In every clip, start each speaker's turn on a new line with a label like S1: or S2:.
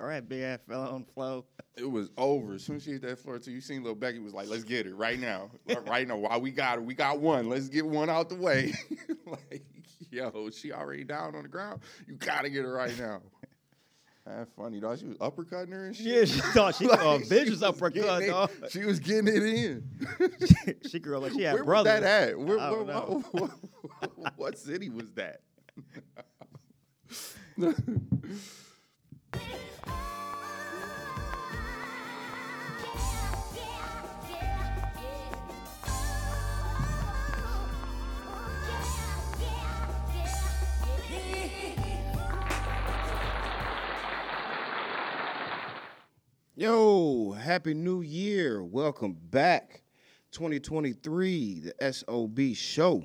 S1: all right, big ass fella on the floor.
S2: It was over. As soon as she hit that floor, too, you seen little Becky was like, "Let's get it right now, Like, right now. While we got it, we got one. Let's get one out the way." like, yo, she already down on the ground. You gotta get her right now. That's funny, dog. She was uppercutting her and shit.
S1: Yeah, she thought she
S2: Like,
S1: a vicious
S2: was getting
S1: uppercut,
S2: it-
S1: dog.
S2: She was getting it in.
S1: she girl like she had
S2: Where
S1: brothers.
S2: was that at? Where,
S1: I don't
S2: where-
S1: know.
S2: what, what- what city was that?
S3: Yo, happy new year. Welcome back. 2023, the SOB show.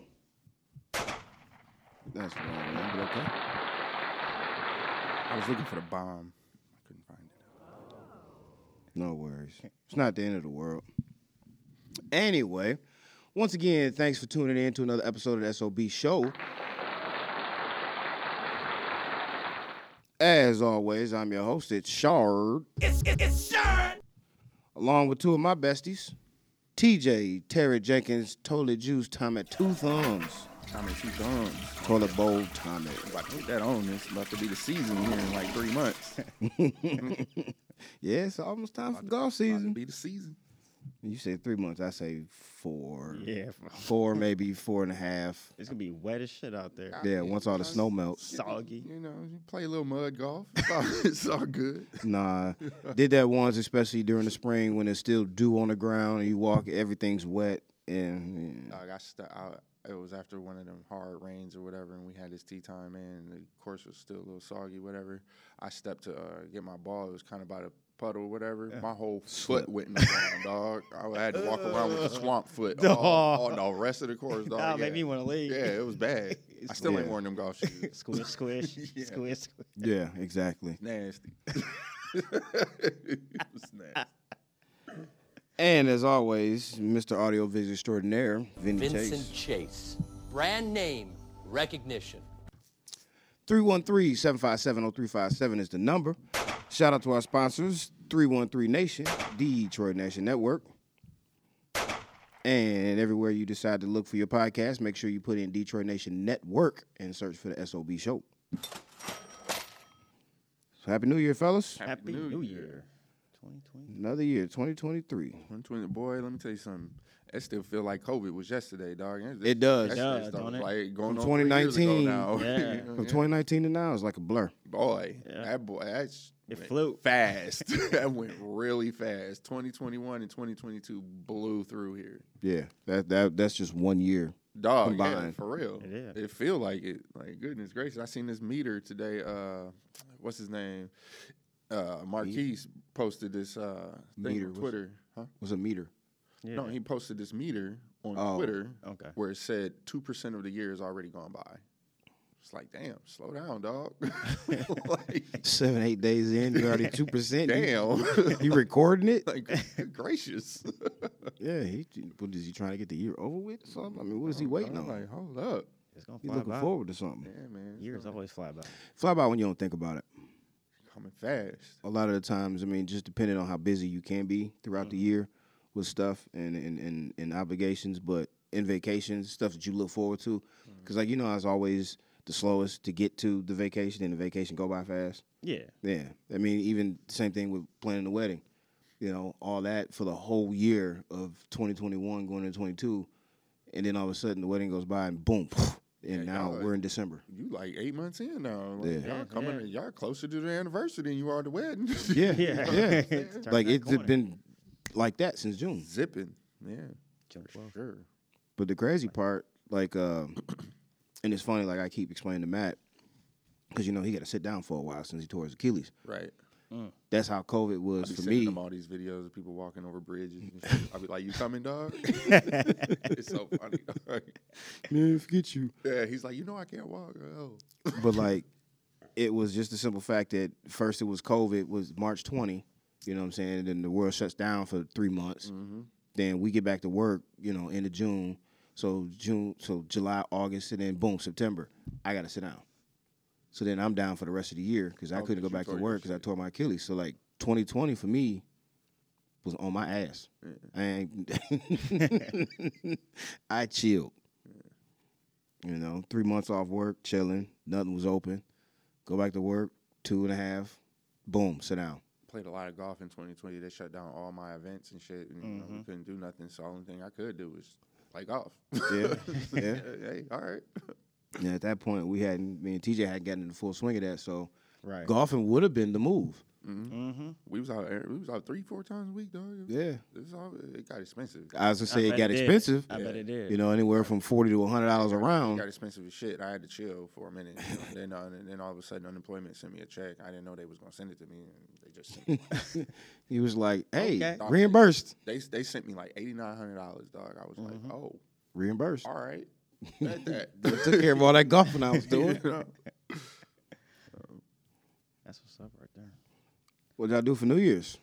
S3: That's wrong, man, but okay.
S2: I was looking for the bomb. I couldn't find it.
S3: No worries. It's not the end of the world. Anyway, once again, thanks for tuning in to another episode of the SOB show. As always, I'm your host, it's Shard. It's, it's, Shard! Along with two of my besties, TJ, Terry Jenkins, Totally Juice, Tommy Two Thumbs,
S2: I mean, she's gone.
S3: Toilet Bowl Tommy.
S2: Like, put that on. It's about to be the season here in like three months.
S3: Yeah, it's almost time for golf
S2: About to
S3: season.
S2: be the season.
S3: You say three months, I say four.
S1: Yeah,
S3: Four, maybe four and a half.
S1: it's gonna be wet as shit out there.
S3: Yeah, once all the snow melts.
S1: Soggy.
S2: You know, you play a little mud golf. It's all, it's all good.
S3: Nah, did that once, especially during the spring when it's still dew on the ground and you walk, everything's wet. And yeah.
S2: Dog, I stu- I, it was after one of them hard rains or whatever, and we had this tea time in. And the course was still a little soggy, whatever. I stepped to uh, get my ball. It was kind of by the puddle, whatever. My whole foot went in the ground, dog. I had to walk around with a swamp foot all, all the rest of the course, dog.
S1: Nah,
S2: Oh, yeah.
S1: made me want to leave.
S2: yeah, it was bad. I still ain't
S3: Yeah.
S2: wearing them golf shoes.
S1: Squish, squish,
S2: Yeah.
S1: squish, squish.
S3: yeah, exactly.
S2: Nasty. it was nasty.
S3: And as always, Mr. Audio Visual Extraordinaire, Vinny Chase.
S4: Vincent Chase. Brand name recognition.
S3: 313-757-0357 is the number. Shout out to our sponsors, 313 Nation, Detroit Nation Network. And everywhere you decide to look for your podcast, make sure you put in Detroit Nation Network and search for the SOB show. So happy new year, fellas.
S1: Happy, New,
S2: New
S1: Year.
S2: Year.
S1: 2020.
S3: Another year, 2023.
S2: One twenty, boy. Let me tell you something. It still feel like COVID was yesterday, dog.
S3: It does.
S1: does,
S2: that shit
S3: It
S2: started,
S1: don't it?
S2: Like going
S3: From
S2: on three years ago
S3: 2019.
S2: now.
S1: Yeah.
S2: You know
S3: From
S2: what I'm saying?
S3: 2019 to now is like a blur.
S2: boy,
S1: Yeah.
S2: that boy, that's
S1: It flew.
S2: fast. that went really fast. Twenty twenty one and twenty twenty two blew through here,
S3: Yeah, that that that's just one year.
S2: dog. Yeah,
S3: Combined.
S2: for real.
S1: It is.
S2: It feel like it. Like goodness gracious, I seen this meter today. Uh, what's his name? Uh, Marquise posted this uh thing
S3: Meter,
S2: on
S3: what's-
S2: Twitter. Huh?
S3: Was a meter.
S1: Yeah.
S2: No, he posted this meter on
S3: Oh,
S2: Twitter
S1: okay.
S2: where it said 2% of the year has already gone by. It's like, damn, slow down, dog. like,
S3: Seven, eight days in, you're already two percent.
S2: damn.
S3: You recording it?
S2: like, good gracious.
S3: Yeah, he what is he trying to get the year over with or something? I mean, what is he waiting
S2: I'm Oh,
S3: on?
S2: like, hold up.
S1: it's gonna
S3: He's
S1: fly
S3: looking
S1: by.
S3: forward to something.
S2: Yeah, man. it's
S1: Years always fly by.
S3: Fly by when you don't think about it.
S2: Coming fast.
S3: A lot of the times, I mean, just depending on how busy you can be throughout the year with stuff and and, and, and obligations, but in vacations, stuff that you look forward to. Because, like, you know, I was always the slowest to get to the vacation, and the vacation go by fast.
S1: Yeah.
S3: Yeah. I mean, even same thing with planning the wedding. You know, all that for the whole year of 2021 going into 22. And then all of a sudden the wedding goes by and boom. and
S2: Yeah,
S3: now
S2: y'all-
S3: we're in December.
S2: You like eight months in now. Like,
S3: Yeah.
S1: Yeah,
S2: Y'all coming,
S1: yeah.
S2: y'all closer to the anniversary than you are to wedding.
S3: Yeah.
S1: Yeah.
S3: Yeah.
S1: It's turned
S3: like
S1: that
S3: it's
S1: corner.
S3: been like that since June.
S2: Zipping. Yeah.
S1: June
S2: For
S1: 12th.
S2: sure.
S3: But the crazy part, like, um, and it's funny, like I keep explaining to Matt, because you know he got to sit down for a while since he tore his Achilles.
S2: Right.
S3: That's how COVID was
S2: be
S3: for
S2: sending
S3: me.
S2: them all these videos of people walking over bridges. And shit. I'll be like, "You coming, dog?" it's so funny. dog.
S3: Man, forget you.
S2: Yeah, he's like, "You know, I can't walk." Oh,
S3: but like it was just the simple fact that first it was covid was march 20 you know what i'm saying and then the world shuts down for three months
S2: Mm-hmm.
S3: then we get back to work you know end of june so june so july august and then boom september i gotta sit down So then I'm down for the rest of the year because I
S2: Oh,
S3: couldn't
S2: 'cause
S3: go
S2: you
S3: back to
S2: tore your
S3: work because I
S2: shit.
S3: tore my Achilles. So like 2020 for me was on my ass. I ain't- I chilled. You know, three months off work, chilling. Nothing was open. Go back to work. Two and a half. Boom. Sit down.
S2: Played a lot of golf in 2020. They shut down all my events and shit, and you know,
S3: Mm-hmm.
S2: we couldn't do nothing. So the only thing I could do was play golf.
S3: Yeah. yeah.
S2: hey, all right.
S3: And at that point, we hadn't. Me and TJ hadn't gotten in the full swing of that. So
S1: Right.
S3: golfing would have been the move.
S1: Mm-hmm.
S2: We was out. every- We was out three, four times a week, dog.
S3: Yeah.
S2: It, was all, it got expensive.
S3: I was gonna
S1: I
S3: say it
S1: bet
S3: got
S1: it did.
S3: expensive.
S1: I bet it did.
S3: You know, anywhere from forty to hundred dollars a
S2: It
S3: round.
S2: got expensive as shit. I had to chill for a minute. you know, then, uh, and then all of a sudden, unemployment sent me a check. I didn't know they was gonna send it to me, and they just sent me,
S3: He was like, "Hey,
S1: Okay.
S3: reimbursed,
S2: they they sent me like eighty nine hundred dollars, dog. I was
S1: Mm-hmm.
S2: like, oh,
S3: reimbursed."
S2: all right. Bet that.
S3: Took care of all that golfing I was doing.
S2: You know?
S1: That's what's up right there.
S3: What did I do for New Year's?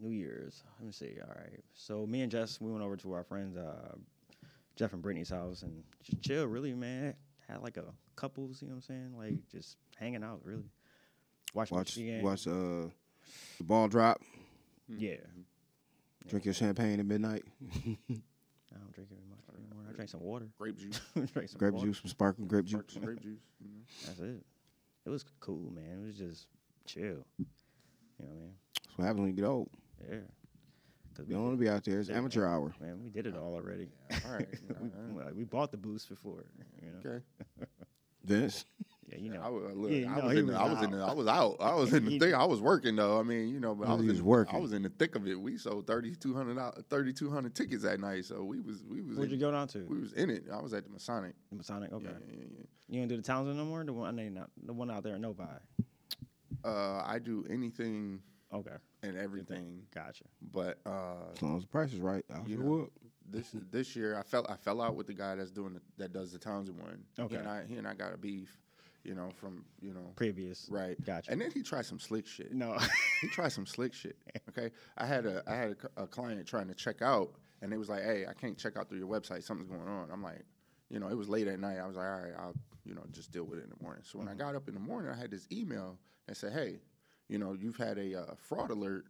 S1: New Year's. Let me see. All right. So me and Jess, we went over to our friends uh, Jeff and Brittany's house and just chill, really, man. Had like a couples, you know what I'm saying? Like just hanging out, really. Watch
S3: Watch,
S1: Michigan.
S3: watch uh, the ball drop.
S2: Hmm.
S1: Yeah.
S3: Drink your champagne at midnight.
S1: I don't drink very much anymore. I drank some water.
S2: Grape juice,
S1: drank some
S3: Grape
S1: water.
S3: juice, some sparkling grape juice.
S2: Marcus grape juice. you know?
S1: That's it. It was cool, man. It was just chill. You know what I mean?
S3: That's what happens when you get old.
S1: Yeah. Cause
S3: You don't want to be out there. It's amateur hour.
S1: Man, we did it all already.
S2: All right. you know,
S1: we,
S2: all right.
S1: like, we bought the boost before. You know?
S2: Okay.
S3: Vince,
S1: Yeah, you know.
S2: I was, look,
S1: Yeah,
S2: I,
S1: no,
S2: was
S1: he
S2: in the,
S1: was
S2: I was in
S1: out.
S2: the, I was out. I was in the
S1: He-
S2: thing. I was working though. I mean, you know, but I
S3: Oh,
S2: was
S3: he
S2: in
S3: was
S2: the,
S3: working.
S2: I was in the thick of it. We sold 3200 out- 3200 tickets that night, so we was we was
S1: Where'd you
S2: in,
S1: go down
S2: we
S1: to?
S2: was in it. I was at the Masonic.
S1: The Masonic. Okay.
S2: Yeah, yeah, yeah.
S1: You don't do the Townsend no more. The one I mean, not the one out there in Novi.
S2: Uh, I do anything
S1: Okay.
S2: and everything,
S1: Gotcha.
S2: but uh,
S3: as long as the price is right, I'll
S2: You
S3: show
S2: know.
S3: up.
S2: this this year I fell I fell out with the guy that's doing the, that does the Townsend one.
S1: Okay.
S2: He and I he and I got a beef, you know, from you know
S1: Previous.
S2: right.
S1: Gotcha.
S2: And then he tried some slick shit.
S1: no.
S2: He tried some slick shit. Okay. I had a I had a, c- a client trying to check out and they was like, Hey, I can't check out through your website, something's going on. I'm like, you know, it was late at night. I was like, all right, I'll, you know, just deal with it in the morning. So when I got up in the morning, I had this email that said, Hey, you know, you've had a uh, fraud alert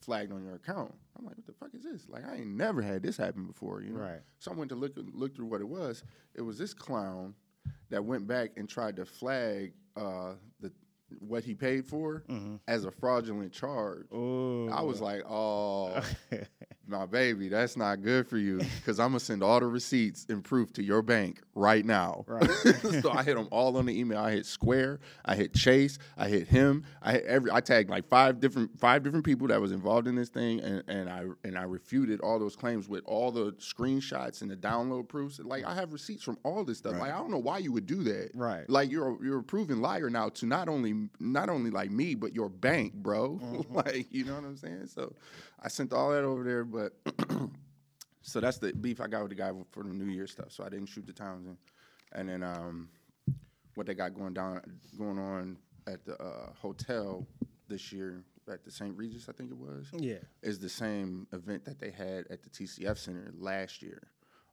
S2: flagged on your account. I'm like, what the fuck is this? Like, I ain't never had this happen before, you know?
S1: Right.
S2: So I went to look look through what it was. It was this clown that went back and tried to flag uh, the what he paid for as a fraudulent charge.
S1: Mm-hmm. Ooh.
S2: I was like, oh, my baby, that's not good for you because I'm going to send all the receipts and proof to your bank right now.
S1: Right.
S2: so I hit them all on the email. I hit Square, I hit Chase, I hit him, I hit every, I tagged like five different, five different people that was involved in this thing. And, and I, and I refuted all those claims with all the screenshots and the download proofs. Like I have receipts from all this stuff. Like, I don't know why you would do that.
S1: Right.
S2: Like you're a, you're a proven liar now to not only, not only like me, but your bank, bro. like, you know what I'm saying? So I sent all that over there, but so that's the beef I got with the guy for the New Year stuff. So I didn't shoot the Townsend, and then um, what they got going down, going on at the uh, hotel this year at the St. Regis, I think it was.
S1: Yeah.
S2: is the same event that they had at the TCF Center last year.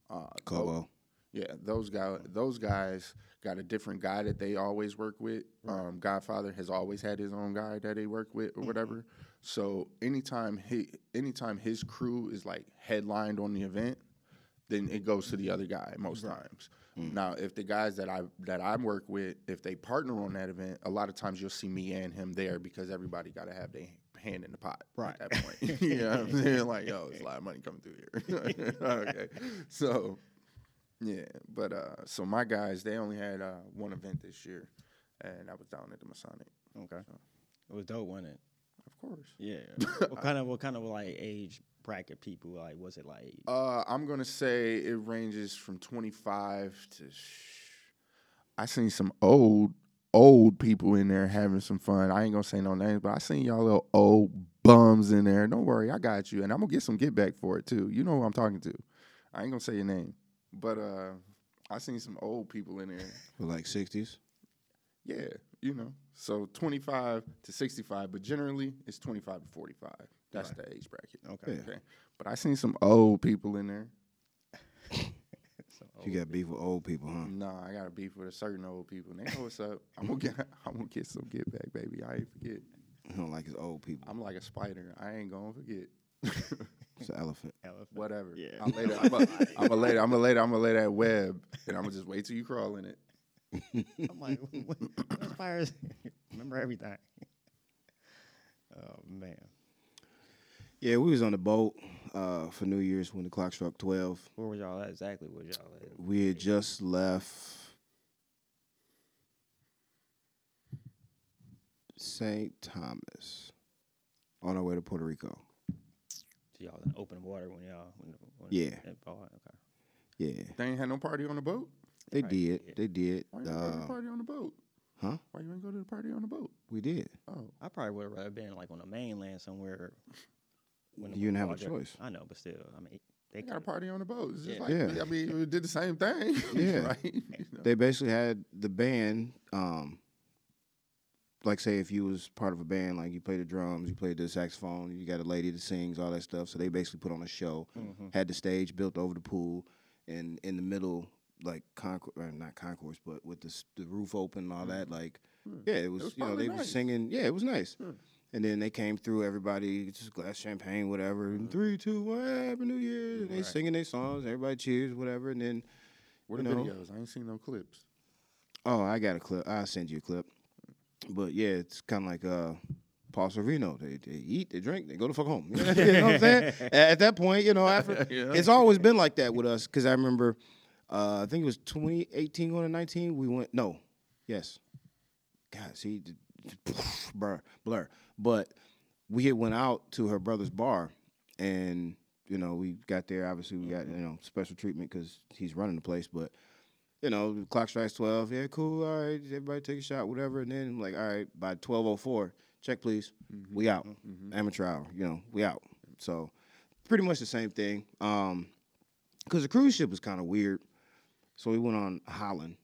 S2: Uh,
S3: Cobo.
S2: yeah, those guy, those guys got a different guy that they always work with. Um, Godfather has always had his own guy that they work with or whatever. So anytime he, anytime his crew is like headlined on the event, then it goes to the other guy most times. Now, if the guys that I that I work with, if they partner on that event, a lot of times you'll see me and him there because everybody got to have their hand in the pot
S1: Right.
S2: at that point. you know what I'm saying? Like, yo, it's a lot of money coming through here. okay, so. Yeah, but uh, so my guys, they only had uh, one event this year, and I was down at the Masonic,
S1: Okay. It was dope, wasn't it?
S2: of course.
S1: Yeah. what kind of what kind of like age bracket people like was it like
S2: Uh, I'm gonna say it ranges from 25 to. Sh- I seen some old old people in there having some fun. I ain't gonna say no names, but I seen y'all little old bums in there. Don't worry, I got you, and I'm gonna get some get back for it too. You know who I'm talking to. I ain't gonna say your name, but uh, I seen some old people in there.
S3: For like sixties.
S2: Yeah, you know. So 25 to 65, but generally it's 25 to 45. That's the age bracket.
S1: Okay.
S2: Okay. But I seen some old people in there.
S1: so
S3: You got beef with old people, huh?
S2: Nah, I got a beef with a certain old people. and They know what's up. I'm gonna get, I'm gonna get some get back, baby. I ain't forget.
S3: I don't like his old people.
S2: I'm like a spider. I ain't gonna forget.
S3: It's an elephant.
S1: Elephant.
S2: Whatever.
S1: Yeah.
S2: I'm later. I'm a, I'm a later. I'm a later. I'm a later at web, and I'm gonna just wait till you crawl in it.
S1: I'm like, what, what fires? Remember everything. Oh man,
S3: Yeah, we was on the boat uh, for New Year's when the clock struck twelve.
S1: where was y'all at exactly? Where was y'all at?
S3: We had just left St. Thomas on our way to Puerto Rico.
S1: So y'all in open water when y'all when, the- when
S3: Yeah.
S1: that ball- okay.
S3: Yeah,
S2: They ain't had no party on the boat.
S3: they
S1: Right,
S3: did.
S1: yeah.
S3: They did.
S2: Why you ain't go to the
S3: Uh,
S2: party on the boat?
S3: huh?
S2: Why you ain't go to the party on the boat?
S3: We did.
S2: Oh,
S1: I probably would have rather been like on the mainland somewhere. When
S3: You didn't have a
S1: water-
S3: choice.
S1: I know, but still, I mean, they
S2: they got a
S1: could.
S2: party on the boat. It's just
S1: Yeah.
S2: like
S3: Yeah.
S2: I mean, we did the same thing.
S3: Yeah.
S2: right? You know?
S3: They basically had the band. Um, like say if you was part of a band, like you played the drums, you played the saxophone, you got a lady that sings, all that stuff. So they basically put on a show.
S2: Mm-hmm.
S3: Had the stage built over the pool, and in the middle, like concourse, or not concourse, but with the s- the roof open and all that. Like, yeah,
S2: Mm.
S3: it was,
S2: Hmm. was
S3: you know
S2: probably
S3: they were
S2: nice. Hmm.
S3: singing. Yeah, it was nice. And then they came through, everybody just glass champagne, whatever.
S2: Mm-hmm.
S3: And three, two, one, Happy New Year. And they singing their songs, everybody cheers, whatever. And then
S2: What are
S3: you know.
S2: videos? I ain't seen no clips.
S3: Oh, I got a clip. I'll send you a clip. But yeah, it's kind of like uh, Paul Sorvino. They, they eat, they drink, they go the fuck home. you know what I'm saying? At- At that point, you know, after,
S2: Yeah.
S3: it's always been like that with us. Because I remember, uh, I think it was 2018 going to 19. We went no, yes. God, see, d- d- blur, blur. But we had went out to her brother's bar, and you know, we got there. Obviously, we got you know special treatment because he's running the place, but you know, the clock strikes twelve. Yeah, cool. All right, everybody take a shot, whatever. And then I'm like, all right, by twelve oh four, check please. We out. Amateur hour. You know, we out. So pretty much the same thing. Um, because the cruise ship was kind of weird, so we went on Holland.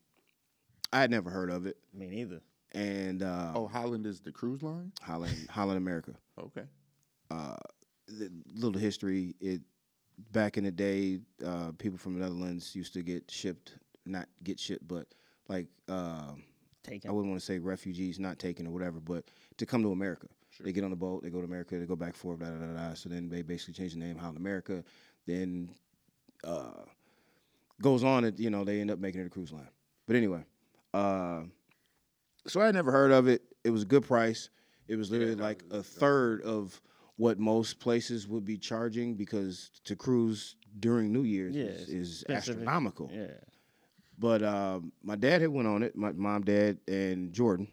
S3: I had never heard of it,
S1: Me neither.
S3: and uh,
S2: Oh, Holland is the cruise line.
S3: Holland, Holland, America.
S2: Okay.
S3: the little history. It back in the day, uh, people from the Netherlands used to get shipped, not get shipped, but like uh,
S1: Taken.
S3: I wouldn't want to say refugees, not taken or whatever, but to come to America. They get on the boat, they go to America, they go back forth, da da da da. So then they basically change the name Holland America. Then uh, goes on, and you know they end up making it a cruise line. But anyway, uh, so I had never heard of it. It was a good price. It was literally like a third of what most places would be charging because to cruise during New Year's
S1: Yeah,
S3: is,
S1: it's
S3: is
S1: expensive.
S3: astronomical.
S1: Yeah.
S3: But um, my dad had went on it. My mom, dad, and Jordan.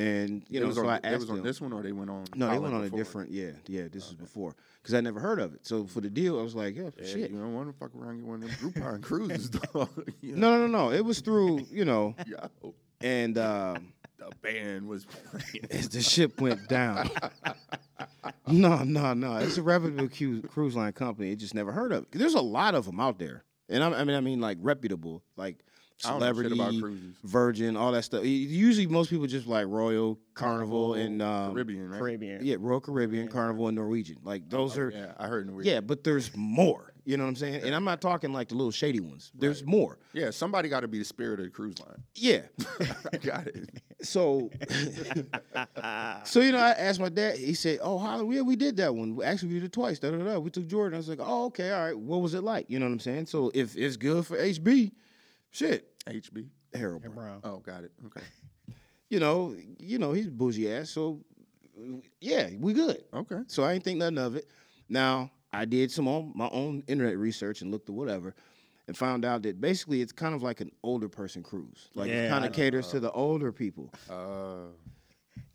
S3: And you
S2: It
S3: know,
S2: was
S3: so
S2: on,
S3: I
S2: it
S3: asked
S2: was on
S3: them-
S2: this one, or they went on.
S3: No, they
S2: Holland
S3: went on
S2: before?
S3: a different. Yeah, yeah. This is before because I never heard of it. So for the deal, I was like, yeah,
S2: Yeah,
S3: shit.
S2: You don't want to fuck around and get one of them Groupon cruises, dog. You know,
S3: No, no, no, no. It was through you know,
S2: yo,
S3: and um,
S2: the band was playing.
S3: as the ship went down. no, no, no. It's a reputable cu- cruise line company. It just never heard of. it. There's a lot of them out there, and I, I mean, I mean, like reputable, like
S2: I don't know shit
S3: celebrity,
S2: about cruises.
S3: Virgin, all that stuff. U- Usually, most people just like Royal, Carnival, and um,
S2: Caribbean, right? Oh,
S1: Caribbean.
S3: Yeah, Royal Caribbean, Carnival, and Norwegian. Like those are.
S2: Yeah, I heard in the weird.
S3: Yeah, but there's more. You know what I'm saying? And I'm not talking like the little shady ones. There's more.
S2: Yeah, somebody got to be the spirit of the cruise line.
S3: Yeah.
S2: I got it.
S3: So, so you know, I asked my dad. He said, "Oh, Holly, yeah, we did that one. Actually, we did it twice. Da da da. We took Jordan." I was like, "Oh, okay, all right. What was it like? You know what I'm saying? So if it's good for HB, shit,
S2: HB.
S3: Harold, Brown.
S1: Brown.
S2: Oh, got it. Okay.
S3: you know, you know, he's bougie ass. So yeah, we good.
S2: Okay.
S3: So I ain't think nothing of it. Now I did some on my own internet research and looked at whatever, and found out that basically it's kind of like an older person cruise. Like it
S1: Yeah,
S3: kind
S1: I
S3: of caters to the older people.
S2: Uh,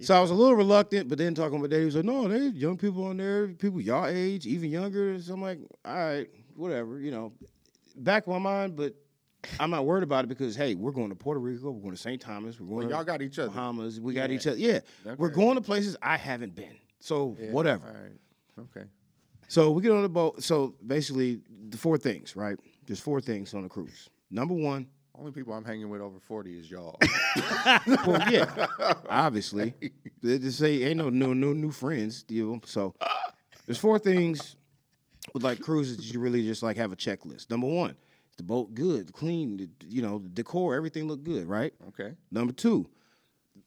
S3: So I was a little reluctant, but then talking with Dad, he was like, "No, there's young people on there, people your age, even younger." So I'm like, "All right, whatever," you know, back of my mind, but I'm not worried about it because hey, we're going to Puerto Rico, we're going to St. Thomas, we're going.
S2: Well, y'all
S3: to
S2: got each other.
S3: Bahamas, we got each other. Yeah, we're
S2: Okay.
S3: going to places I haven't been, so
S2: yeah,
S3: whatever.
S2: All right. Okay.
S3: So we get on the boat. So basically, the four things, right? There's four things on the cruise. Number one,
S2: Only people I'm hanging with over 40 is y'all.
S3: well, yeah, obviously, they just say ain't no new new new friends. You know? So there's four things with like cruises. that You really just like have a checklist. Number one, The boat good, clean. the- You know, the decor, everything looked good, right?
S2: Okay.
S3: Number two,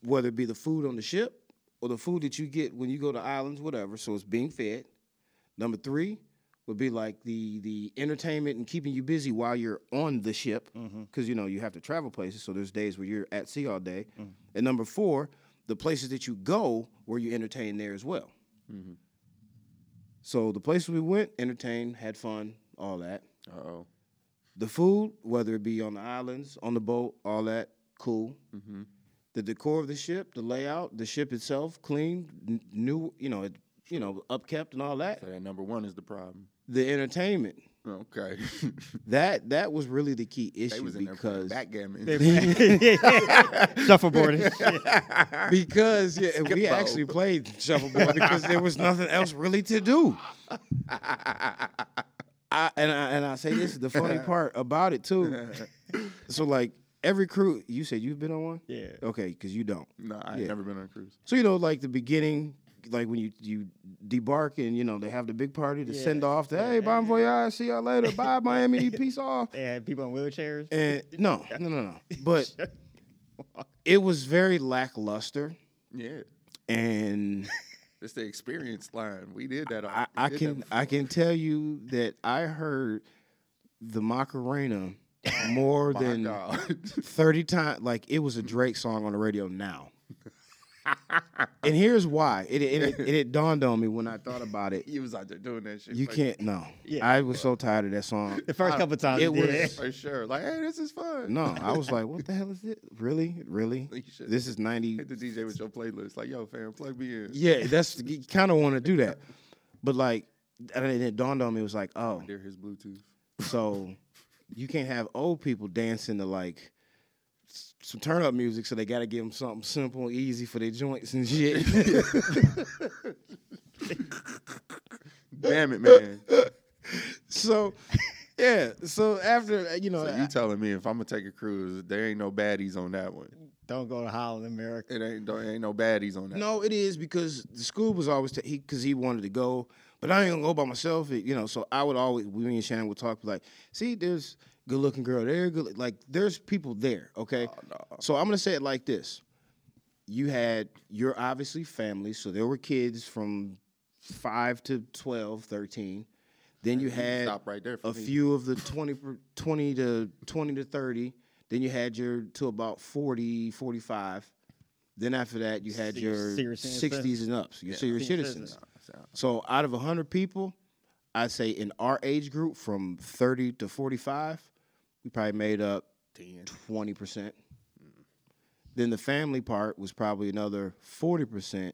S3: whether it be the food on the ship or the food that you get when you go to islands, whatever. So it's being fed. Number three would be like the the entertainment and keeping you busy while you're on the ship, because you know you have to travel places. So there's days where you're at sea all day. And number four, the places that you go where you entertain there as well. So the places we went, entertained, had fun, all that.
S2: Uh oh.
S3: The food, whether it be on the islands, on the boat, all that, cool.
S2: Mm-hmm.
S3: The decor of the ship, the layout, the ship itself, clean, n- new, you know, it, you know, upkept and all that.
S2: So that number one is the problem.
S3: The entertainment,
S2: Okay.
S3: that that was really the key
S2: they
S3: issue
S2: was in there playing
S3: because
S2: backgammon.
S1: Shuffleboard and shit.
S3: because yeah, and we
S2: Skip-bo.
S3: actually played shuffleboard because there was nothing else really to do. I, and I and I say this is the funny part about it too. So like every crew, you said you've been on one.
S1: Yeah.
S3: Okay, because you don't.
S2: No, I've
S3: Yeah.
S2: never been on a cruise.
S3: So you know, like the beginning, like when you you debark and you know they have the big party to
S1: Yeah.
S3: send off. To, hey, bon voyage, see y'all later. Bye, Miami, peace off.
S1: They had people in wheelchairs.
S3: And no, no, no, no. But it was very lackluster,
S2: Yeah.
S3: and
S2: It's the experience line. We did that. All,
S3: I,
S2: we
S3: I
S2: did
S3: can
S2: that
S3: I can tell you that I heard the Macarena more
S2: before. My
S3: than
S2: God.
S3: thirty times. Like it was a Drake song on the radio now. and here's why. It it, it it dawned on me when I thought about it.
S2: he was out there doing that shit.
S3: You
S2: for-
S3: can't. No,
S1: Yeah.
S3: I was so tired of that song.
S1: The first couple times
S3: it
S1: it
S3: was-
S1: was.
S2: For sure. Like, hey, this is fun.
S3: No, I was like, what the hell is it? Really, really?
S2: You should-
S3: This is ninety.
S2: Hit the DJ with your playlist. Like, yo, fam, plug me in.
S3: Yeah, that's you kind of want to do that, but like, and then it dawned on me. It was like, oh,
S2: There, his Bluetooth.
S3: so you can't have old people dancing to like s- some turn up music, so they got to give them something simple, and easy for their joints and shit.
S2: Damn it, man.
S3: so, yeah. So after uh, you know,
S2: So
S3: I-
S2: you telling me if I'm gonna take a cruise, there ain't no baddies on that one.
S1: Don't go to Holland, America.
S2: It ain't there ain't no baddies on that.
S3: No, it is because the school was always ta- he because he wanted to go, but I ain't gonna go by myself. It- you know, so I would always we and Shannon would talk like, see, there's good looking girl there, good look-" like there's people there.
S2: Oh,
S3: Okay, so I'm gonna say it like this: you had your obviously family, so there were kids from five to 12, 13. Then you had
S2: Stop right there for
S3: a
S2: me.
S3: few of the 20, per- 20 to 20 to 30. Then you had your to about 40, 45. Then after that, you had
S1: Se-
S3: your
S1: serious citizen.
S3: 60s and ups, your serious
S1: Senior
S3: citizens.
S1: citizen.
S3: So out of 100 people, I'd say in our age group from 30 to 45, we probably made up 20%. Mm. Then the family part was probably another 40%.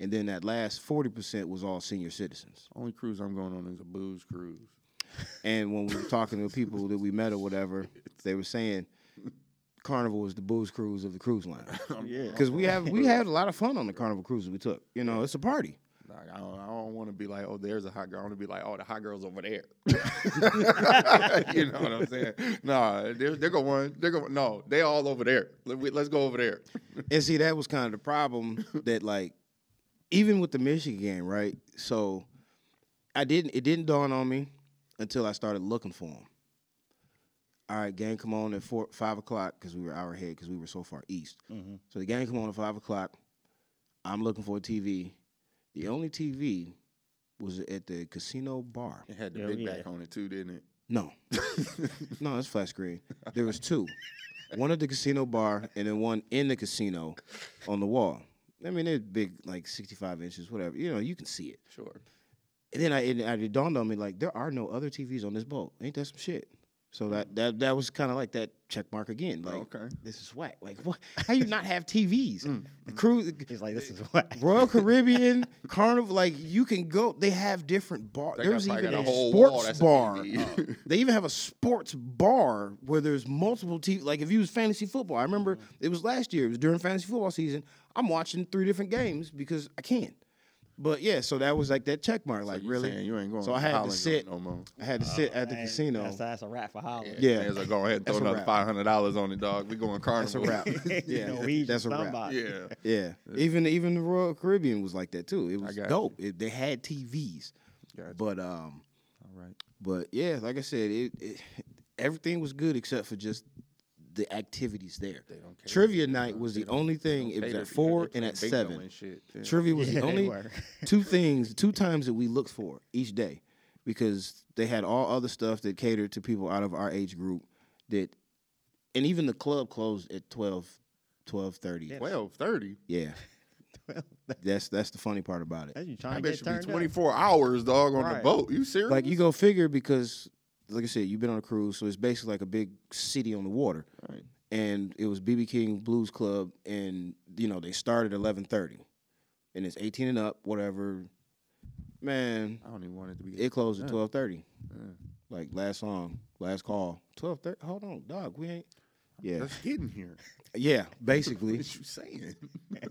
S3: And then that last 40% was all senior citizens.
S2: Only cruise I'm going on is a booze cruise.
S3: And when we were talking to people that we met or whatever, they were saying Carnival was the booze cruise of the cruise line.
S1: Yeah.
S3: Because we have we had a lot of fun on the Carnival cruises we took. You know, it's a party.
S2: Like, I don't, I don't want to be like, oh, there's a hot girl. I want to be like, oh, the hot girl's over there. you know what I'm saying? Nah, they're, they're going one. They're going no. They all over there. Let, we, let's go over there.
S3: And see, that was kind of the problem that like even with the Michigan game, right? So I didn't it didn't dawn on me until I started looking for them. All right, gang come on at four five o'clock because we were hour ahead because we were so far east. So the gang come on at five o'clock. I'm looking for a TV. The only TV was at the casino bar.
S2: It had the
S1: Yeah,
S2: big
S1: yeah.
S2: back on it too, didn't it?
S3: No, no, it's flat screen. There was two, one at the casino bar and then one in the casino, on the wall. I mean, they're big, like 65 inches, whatever. You know, you can see it.
S2: Sure.
S3: And then I, it, it dawned on me like there are no other TVs on this boat. Ain't that some shit? So that that that was kind of like that check mark again. Like
S2: okay.
S3: this is whack. Like what? How you not have TVs? The cruise,
S1: He's like, this is what.
S3: Royal Caribbean, Carnival, like you can go. They have different bars.
S2: They got-
S3: There's
S2: probably
S3: even
S2: got
S3: a,
S2: a whole wall
S3: sports
S2: that's a
S3: bar.
S2: TV.
S3: Uh, they even have a sports bar where there's multiple TV. Like if you was fantasy football, I remember
S2: Mm-hmm.
S3: it was last year. It was during fantasy football season. I'm watching three different games because I can. But yeah, so that was like that check mark. Like
S2: you
S3: really,
S2: saying you ain't going
S3: So I
S2: to
S3: had to
S2: Holland
S3: sit.
S2: no more.
S3: I had to sit at the
S1: Man,
S3: casino.
S1: That's, that's a wrap for Holland.
S3: Yeah.
S2: Man's like, go ahead and throw
S3: That's a
S2: another
S3: wrap.
S2: five hundred dollars on it, dog. We going
S3: That's a
S2: carnival.
S3: wrap.
S1: You know,
S3: Yeah,
S1: we
S3: that's a wrap.
S1: somebody.
S2: yeah.
S3: Yeah, even even the Royal Caribbean was like that too. It
S2: I
S3: was
S2: got
S3: dope. It, they had TVs,
S2: Gotcha.
S3: but um,
S2: All right.
S3: but yeah, like I said, it, it everything was good except for just the activities there.
S2: They don't care.
S3: Trivia night was
S2: They
S3: the
S2: don't-
S3: only
S2: they
S3: thing.
S2: don't
S3: It was
S2: cater
S3: at
S2: to you.
S3: four
S2: They
S3: and at
S2: playing bingo
S3: seven.
S2: and shit, yeah.
S3: Trivia was
S1: Yeah,
S3: the
S1: they
S3: only
S1: were.
S3: two things, two times that we looked for each day, because they had all other stuff that catered to people out of our age group. That, and even the club closed at 12, 12.30. Yeah,
S2: Twelve thirty.
S3: that's that's the funny part about it.
S1: As you
S2: I
S1: trying to
S2: bet
S1: get
S2: you be
S1: turned
S2: twenty
S1: up.
S2: four hours, dog, on the
S1: Right.
S2: boat. You serious?
S3: Like you go figure because, like I said, you've been on a cruise, so it's basically like a big city on the water.
S2: Right.
S3: and it was BB King Blues Club, and you know they started eleven thirty, and it's eighteen and up, whatever. Man,
S2: I don't even want it to be.
S3: it closed at
S2: Yeah.
S3: twelve thirty,
S2: Yeah.
S3: like last song, last call, twelve thirty. Hold on, dog, we ain't. Yeah,
S2: That's hidden here.
S3: yeah, basically,
S2: What you saying?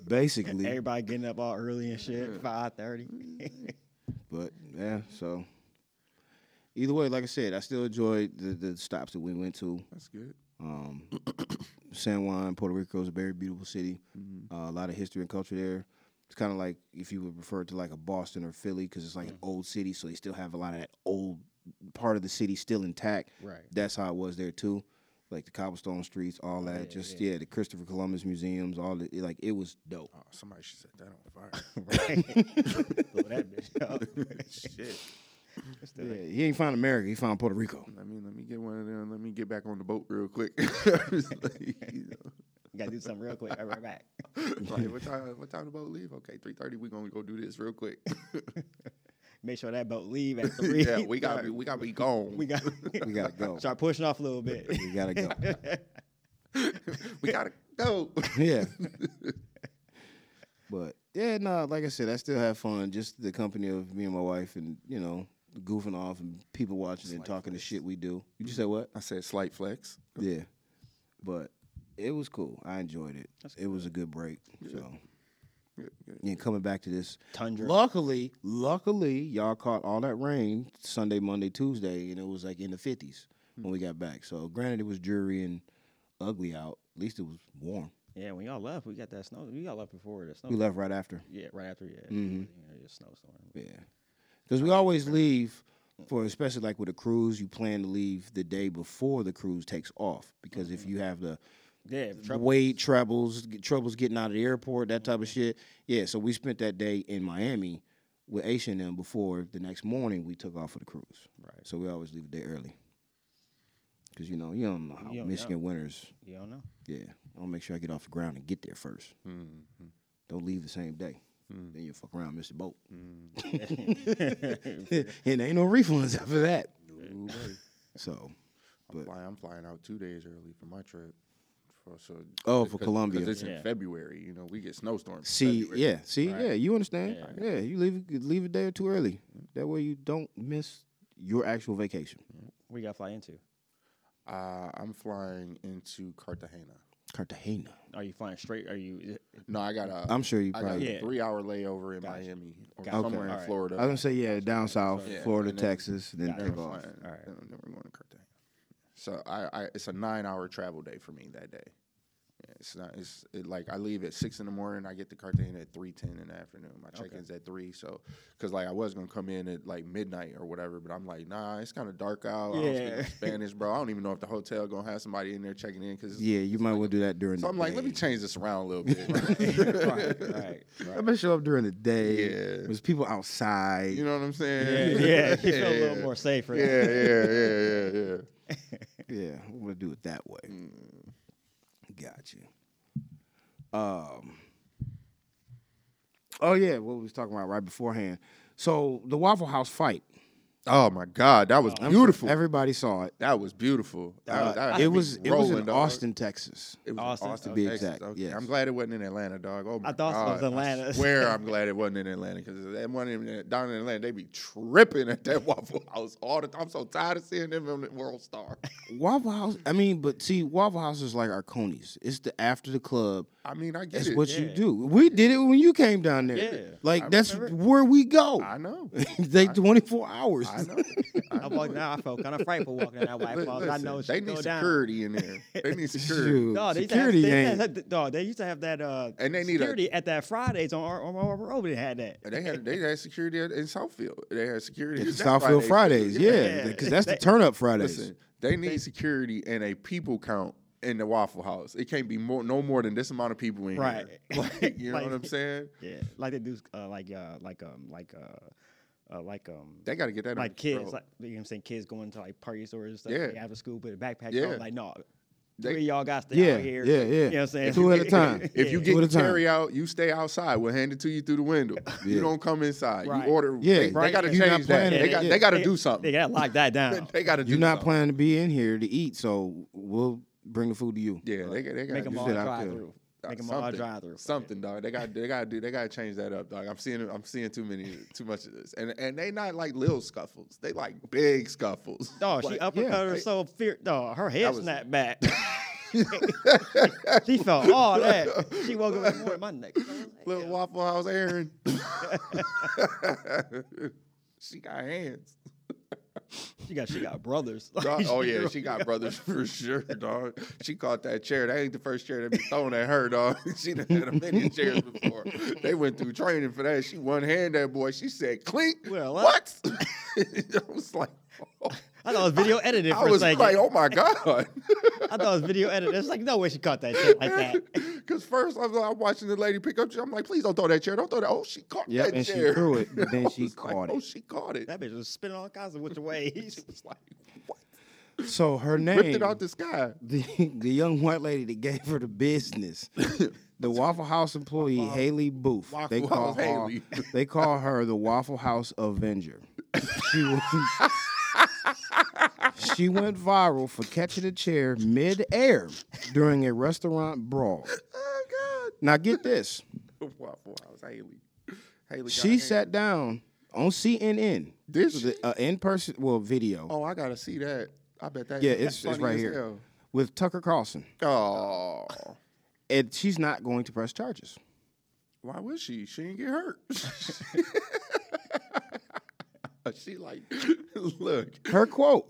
S3: basically,
S1: Everybody getting up all early and shit. Five thirty.
S3: but yeah, so. Either way, like I said, I still enjoyed the, the stops that we went to.
S2: That's good.
S3: Um, San Juan, Puerto Rico is a very beautiful city. Uh, a lot of history and culture there. It's kind of like if you would refer to like a Boston or Philly because it's like an old city, so they still have a lot of that old part of the city still intact.
S1: Right.
S3: That's how it was there too, like the cobblestone streets, all that. just yeah. the Christopher Columbus museums, all the like it was dope.
S2: Oh, somebody should set that on fire.
S1: right. Blow that bitch up.
S2: Shit.
S1: Yeah.
S3: Yeah, he ain't found America, he found Puerto Rico.
S2: I mean, let me get one of them. Let me get back on the boat real quick. Like, you know.
S1: You gotta do something real quick. I'll be right back.
S2: Like, what time? What time the boat leave? Okay, three thirty. We gonna go do this real quick.
S1: Make sure that boat leave at three.
S2: yeah, we gotta be. We gotta be gone.
S1: We got.
S3: We gotta go.
S1: Start pushing off a little bit.
S3: We gotta go.
S2: we gotta go.
S3: yeah. but yeah, no, like I said, I still have fun. Just the company of me and my wife, and you know, goofing off and people watching and talking the shit we do. You just said what?
S2: I said slight flex.
S3: Yeah, but it was cool. I enjoyed it. it was a good break. So
S2: Good, good.
S3: yeah, coming back to this.
S1: Tundra.
S3: Luckily, luckily, y'all caught all that rain Sunday, Monday, Tuesday, and it was like in the fifties when we got back. So granted, it was dreary and ugly out. At least it was warm.
S1: Yeah, when y'all left, we got that snow. We got left before the snow.
S3: We left right after.
S1: Yeah, right after. Yeah,
S2: Mm-hmm.
S1: you know, your snowstorm.
S3: Yeah, because we always leave for especially like with a cruise, you plan to leave the day before the cruise takes off because
S1: Mm-hmm.
S3: if you have the
S1: Yeah, trouble.
S3: weight troubles, g- troubles getting out of the airport, that type of
S1: Mm-hmm.
S3: shit. Yeah, so we spent that day in Miami with H and M before the next morning we took off for the cruise.
S1: Right.
S3: So we always leave a day early because you know you don't know how
S1: You don't
S3: Michigan winters.
S1: You don't know.
S3: Yeah, I'll make sure I get off the ground and get there first.
S2: Mm-hmm.
S3: Don't leave the same day.
S2: Mm.
S3: Then you fuck around, miss the boat.
S2: Mm.
S3: and ain't no refunds after that.
S2: Ooh, buddy.
S3: So,
S2: I'm,
S3: But-
S2: flying, I'm flying out two days early for my trip. For, so,
S3: Oh,
S2: because-
S3: for
S2: because
S3: Colombia.
S2: It's
S1: Yeah.
S2: in February. You know, we get snowstorms. in
S3: see,
S2: February.
S3: yeah, see,
S1: Right.
S3: yeah, you understand.
S1: Yeah.
S3: Yeah, you leave leave a day or two early. That way you don't miss your actual vacation.
S1: Where you gotta fly into?
S2: Uh, I'm flying into Cartagena.
S3: Cartagena.
S1: Are you flying straight? Are you?
S2: No, I got a.
S3: I'm sure you
S2: I got
S3: probably.
S1: Yeah.
S2: a three-hour layover in
S1: Gotcha.
S2: Miami or
S1: Gotcha.
S2: somewhere
S1: Okay.
S2: in
S1: Alright.
S2: Florida.
S3: I was gonna say yeah, down south,
S2: Yeah,
S3: Florida,
S2: and then-
S3: Texas, and then
S1: Gotcha.
S3: take
S2: Never
S3: off.
S2: flying.
S1: Alright.
S2: Then I'm never going to Cartagena. So I, I it's a nine hour travel day for me that day. Yeah, It's not it's it, like I leave at six in the morning. I get to Cartagena at three ten in the afternoon. My check in's at three. So because like I was gonna come in at like midnight or whatever, but I'm like nah, it's kind of dark out. I don't
S1: Yeah.
S2: speak Spanish, bro. I don't even know if the hotel gonna have somebody in there checking in because
S3: Yeah, you might well do that during.
S2: So
S3: the
S2: I'm like, let me
S3: day.
S2: change this around a little bit.
S1: right, right,
S3: I'm gonna show up during the day.
S2: Yeah.
S3: There's people outside.
S2: you know what I'm
S1: Yeah,
S2: saying?
S1: yeah, you feel a little more safer.
S2: Yeah, yeah, yeah, yeah, yeah.
S3: Yeah, I'm gonna do it that way.
S2: Mm.
S3: Got you. Um. Oh yeah, what we was talking about right beforehand. So the Waffle House fight,
S2: Oh my God, that was beautiful.
S3: everybody saw it.
S2: That was beautiful. That,
S3: Uh,
S2: that had
S3: it
S2: me
S3: was it was
S2: rolling,
S3: in
S2: dog.
S3: Austin, Texas.
S2: It was in
S1: Austin,
S2: Austin,
S1: to
S3: be
S2: Texas.
S3: exact,
S2: Okay.
S3: yes.
S2: I'm glad it wasn't in Atlanta, dog. Oh my
S1: I thought it was
S2: God. I
S1: Atlanta.
S2: swear, I'm glad it wasn't in Atlanta because that one in, down in Atlanta, they be tripping at that Waffle House all the time. I'm so tired of seeing them on the World Star.
S3: Waffle House. I mean, but see, Waffle House is like our conies. It's the after the club.
S2: I mean, I get
S3: That's
S2: it.
S3: what you
S1: Yeah.
S3: do. We did it when you came down there.
S1: Yeah.
S3: Like
S2: I
S3: that's
S1: remember.
S3: where we go.
S2: I know.
S3: they 24 hours.
S2: I know. I
S1: I
S2: know
S1: walked
S2: it.
S1: down. I felt kind of frightful walking in that white
S2: Li-
S1: closet. I
S2: listen,
S1: know it's
S2: they need
S1: go down.
S2: security in there. They need security.
S3: Shoot,
S1: Dawg, they used to have-
S3: security
S1: they used
S3: ain't.
S1: to have that- dawg, they used to have that uh,
S2: And they need a-
S1: security at that Fridays on Ar- on Arbor Road. They had that.
S2: And They had they had security at- in Southfield. They had security
S3: At
S2: in
S3: the Southfield Fridays, yeah,
S1: Yeah.
S3: because that's the turn up Fridays.
S2: Listen, they need security and a people count in the Waffle House. It can't be more no more than this amount of people in
S1: Right.
S2: here. Like, you know
S1: Like-
S2: what I'm saying?
S1: Yeah, like they do, uh, like uh, like um, like uh, uh like um,
S2: They got to get that under
S1: like kids,
S2: control.
S1: like you know, what I'm saying kids going to like party stores and stuff.
S2: Yeah.
S1: like, after school, put a backpack
S2: Yeah.
S1: on. Like no,
S2: They-
S1: three of y'all got to stay
S3: yeah,
S1: out here.
S3: yeah, yeah.
S1: You know what I'm saying?
S3: Two at a time.
S2: if you
S1: Yeah.
S2: get
S3: Two at a
S2: the
S3: time.
S2: carry out, you stay outside. We'll hand it to you through the window. You
S3: Yeah.
S2: don't come inside.
S1: Right.
S2: You order.
S3: Yeah,
S2: they,
S3: right.
S2: got to
S3: You're not
S2: change that.
S3: planning
S2: They
S3: it.
S2: got
S3: Yeah.
S2: they got to
S1: They-
S2: do something.
S1: They gotta lock that down.
S2: They got to do.
S3: You're not
S2: something.
S3: planning to be in here to eat, so we'll bring the food to you.
S2: Yeah, they, got- they got
S1: Make
S2: to
S1: them
S2: do
S1: all
S3: sit out
S1: drive
S3: there.
S1: through.
S2: Uh,
S1: Make them all
S2: something.
S1: drive through.
S2: Something, dog. They got they got to do. They got to change that up, dog. I'm seeing I'm seeing too many too much of this, and and they not like little scuffles. They like big scuffles.
S1: Dog, she
S2: Like,
S1: uppercut
S3: yeah.
S1: her so fear. Dog, her head
S2: was-
S1: snapped back. she felt all that. She woke up in the morning, my neck.
S2: little Waffle House Aaron. she got hands.
S1: She got she got brothers.
S2: Dog, oh yeah, she got brothers for sure, dog. She caught that chair. That ain't the first chair that be thrown at her, dog. she done had a million chairs before. They went through training for that. She one hand that boy. She said, "Clink."
S1: With a left.
S2: what? I was like, oh.
S1: I thought it was video edited
S2: I
S1: for a
S2: was
S1: second.
S2: like, "Oh my god."
S1: I thought it was video edited. It's like no way she caught that shit like that.
S2: Because first I'm, I'm watching the lady pick up. chair. I'm like, please don't throw that chair. Don't throw that. Oh, she caught
S3: Yep,
S2: that
S3: and she
S2: chair.
S3: threw it, but then
S2: I
S3: she
S2: was like,
S3: caught it.
S2: Oh, she caught it.
S1: That bitch was spinning all kinds of which ways.
S2: She was like, what?
S3: So her name,
S2: Ripped it out the sky.
S3: the, the young white lady that gave her the business, the Waffle House employee Haley Booth. they
S2: Waffle
S3: call
S2: House
S3: her,
S2: Haley.
S3: They call her the Waffle House Avenger. She went, she went viral for catching a chair mid-air during a restaurant brawl.
S2: Oh
S3: Now get this.
S2: God. Waffle House Haley. Haley. got
S3: She
S2: hands.
S3: sat down on CNN.
S2: Did
S3: This was
S2: she?
S3: a- a uh, in-person, well, video.
S2: Oh, I gotta see that. I bet that.
S3: yeah,
S2: that's
S3: it's, it's
S2: funny
S3: right
S2: as
S3: here
S2: hell.
S3: with Tucker Carlson.
S2: Oh,
S3: And she's not going to press charges.
S2: why would she? She didn't get hurt. she like, look.
S3: Her quote.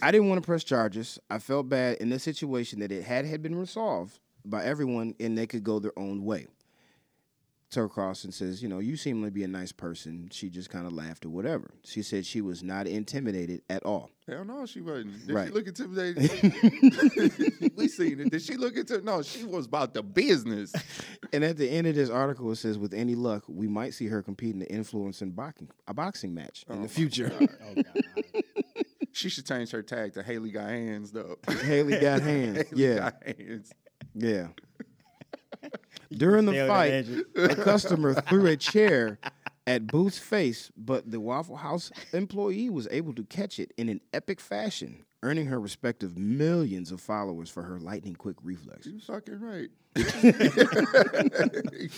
S3: I didn't want to press charges. I felt bad in this situation that it had had been resolved by everyone and they could go their own way. Tucker Carlson says, you know, you seem to be a nice person. She just kind of laughed or whatever. She said she was not intimidated at all.
S2: Hell no, she wasn't. Did she
S3: Right.
S2: look intimidated? we seen it. Did she look into? No, she was about the business.
S3: And at the end of this article, it says, with any luck, we might see her compete in the influence in boxing, a boxing match in the future.
S1: Oh god.
S2: She should change her tag to Haley got hands though.
S3: Haley got hands.
S2: Haley
S3: yeah.
S2: got hands.
S3: Yeah. During the
S1: Still
S3: fight,
S1: imagine.
S3: a customer threw a chair at Booth's face, but the Waffle House employee was able to catch it in an epic fashion, earning her respective millions of followers for her lightning quick reflex.
S2: You fucking right.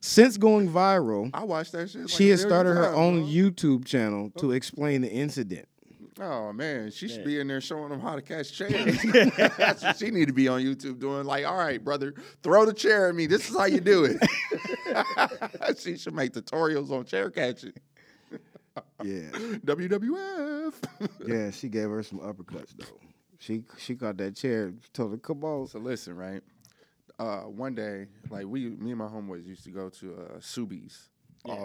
S3: Since going viral,
S2: I watched that shit. Like
S3: she
S2: a
S3: has
S2: million
S3: started her
S2: times,
S3: own
S2: dog.
S3: YouTube channel to explain the incident.
S2: Oh man, she should
S1: Yeah.
S2: be in there showing them how to catch chairs. That's what she need to be on YouTube doing. Like, all right, brother, throw the chair at me. This is how you do it. she should make tutorials on chair catching.
S3: Yeah.
S2: WWF.
S3: Yeah, she gave her some uppercuts though. She she caught that chair, told her, come on.
S2: so listen, right? Uh, one day, like we, me and my homeboys used to go to uh, Subies all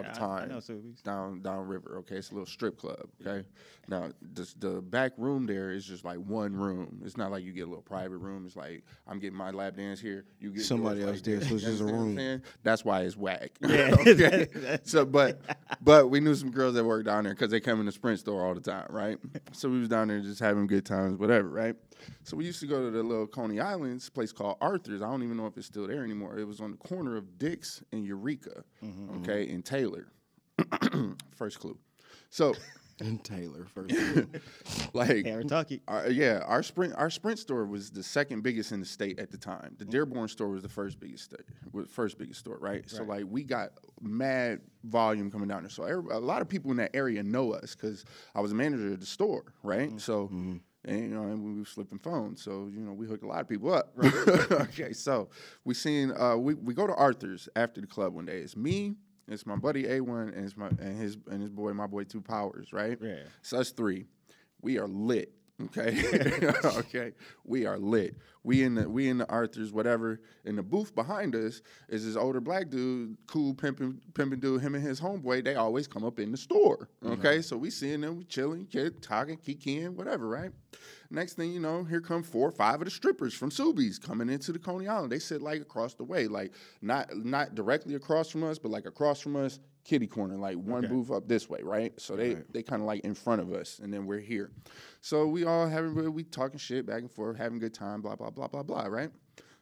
S1: Yeah,
S2: the
S1: I- I
S2: time.
S1: know Subies.
S2: down down river. Okay, it's a little strip club. Okay, now this, the back room there is just like one room. It's not like you get a little private room. It's like I'm getting my lap dance here. You get yours
S3: Somebody
S2: like
S3: else there, so it's
S2: You
S3: just a
S2: understand what I'm
S3: room.
S2: saying? That's why it's whack.
S1: Yeah.
S2: okay? So, but but we knew some girls that worked down there because they come in the Sprint store all the time, right? So we was down there just having good times, whatever, right? So we used to go to the little Coney Islands place called Arthur's. I don't even know if it's still there anymore. It was on the corner of Dix and Eureka, okay, and Taylor. First clue. So,
S3: And Taylor first.
S2: like,
S1: Kentucky.
S2: our, yeah, our sprint our sprint store was the second biggest in the state at the time. The Dearborn store was the first biggest sta- was first biggest store, right? So like we got mad volume coming down there. So every, a lot of people in that area know us because I was a manager of the store, right? So and you know, and we were flipping phones. So you know, we hooked a lot of people up. okay, so we seen uh, we we go to Arthur's after the club one day. It's me, it's my buddy A one, and it's my and his and his boy, my boy Two Powers, right?
S1: Yeah.
S2: So us three, we are lit. Okay, okay, we are lit. We in the we in the Arthurs, whatever. In the booth behind us is this older black dude, cool pimping pimping dude. Him and his homeboy, they always come up in the store. Okay, so we seeing them, we chilling, kid, talking, kikiing, whatever. Right. Next thing you know, here come four or five of the strippers from Subies coming into the Coney Island. They sit like across the way, like not not directly across from us, but like across from us, kitty corner, like one booth up this way, right? So they they kind of like in front of us, and then we're here. So we all having we talking shit back and forth, having a good time, blah blah blah blah blah, right?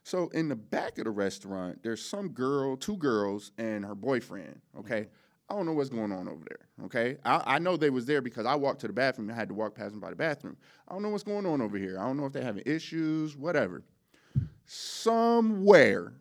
S2: So in the back of the restaurant, there's some girl, two girls, and her boyfriend. Okay. I don't know what's going on over there. Okay, I, I know they was there because I walked to the bathroom. I had to walk past them by the bathroom. I don't know what's going on over here. I don't know if they're having issues, whatever somewhere,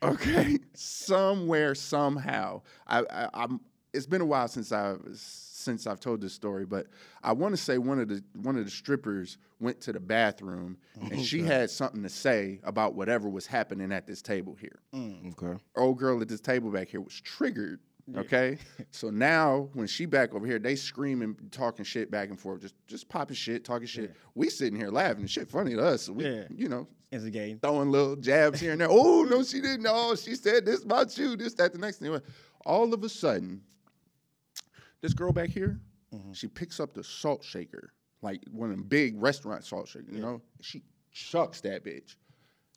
S2: okay, somewhere, somehow. I, I, I'm. It's been a while since I've since I've told this story, but I want to say one of the one of the strippers went to the bathroom and she had something to say about whatever was happening at this table here
S3: Mm, Okay.
S2: old girl at this table back here was triggered. Okay, so now when she back over here, they screaming, talking shit back and forth, just just popping shit, talking shit. We sitting here laughing, shit funny to us. So we,
S1: Yeah.
S2: you know,
S1: It's a game.
S2: throwing little jabs here and there. Oh no, she didn't. Oh, she said this about you. This that the next thing. All of a sudden, this girl back here, she picks up the salt shaker, like one of them big restaurant salt shakers. You know, she chucks that bitch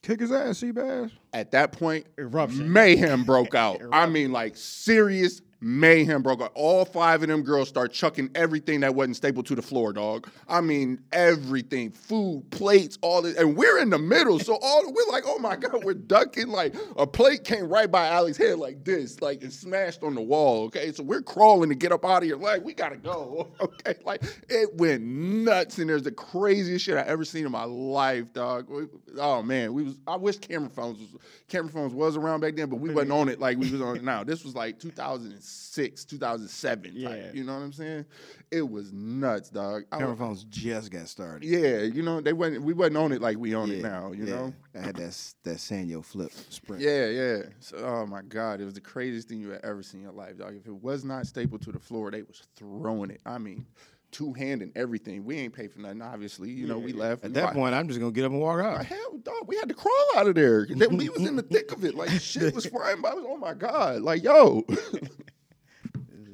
S3: Kick his ass, see bass.
S2: at that point,
S1: Eruption.
S2: mayhem broke out. I mean, like serious mayhem broke out. All five of them girls start chucking everything that wasn't stapled to the floor, dog. I mean, everything, food, plates, all this, and we're in the middle, so all we're like, oh my god, we're ducking. Like a plate came right by Alex's head, like this, like it smashed on the wall. Okay, so we're crawling to get up out of here. Like we gotta go. Okay, like it went nuts, and there's the craziest shit I ever seen in my life, dog. We- oh man, we was. I wish camera phones was camera phones was around back then, but we wasn't on it like we was on it now. This was like 2006, 2007.
S1: Yeah.
S2: Type, you know what I'm saying? It was nuts, dog. I
S3: Camera
S2: was-
S3: phones just got started.
S2: yeah, you know they wasn't. We wasn't on it like we on it now. You
S3: yeah.
S2: know.
S3: I had that s- that Sanyo flip sprint.
S2: Yeah, yeah. So, oh my God, it was the craziest thing you had ever seen in your life, dog. If it was not stapled to the floor, they was throwing it. I mean, two hand and everything. We ain't paid for nothing, obviously. You know, we left.
S3: At
S2: we
S3: that
S2: watched.
S3: point, I'm just gonna get up and walk out.
S2: hell, dog, we had to crawl out of there. They- we was in the thick of it. Like shit was flying by. Oh my God, like yo,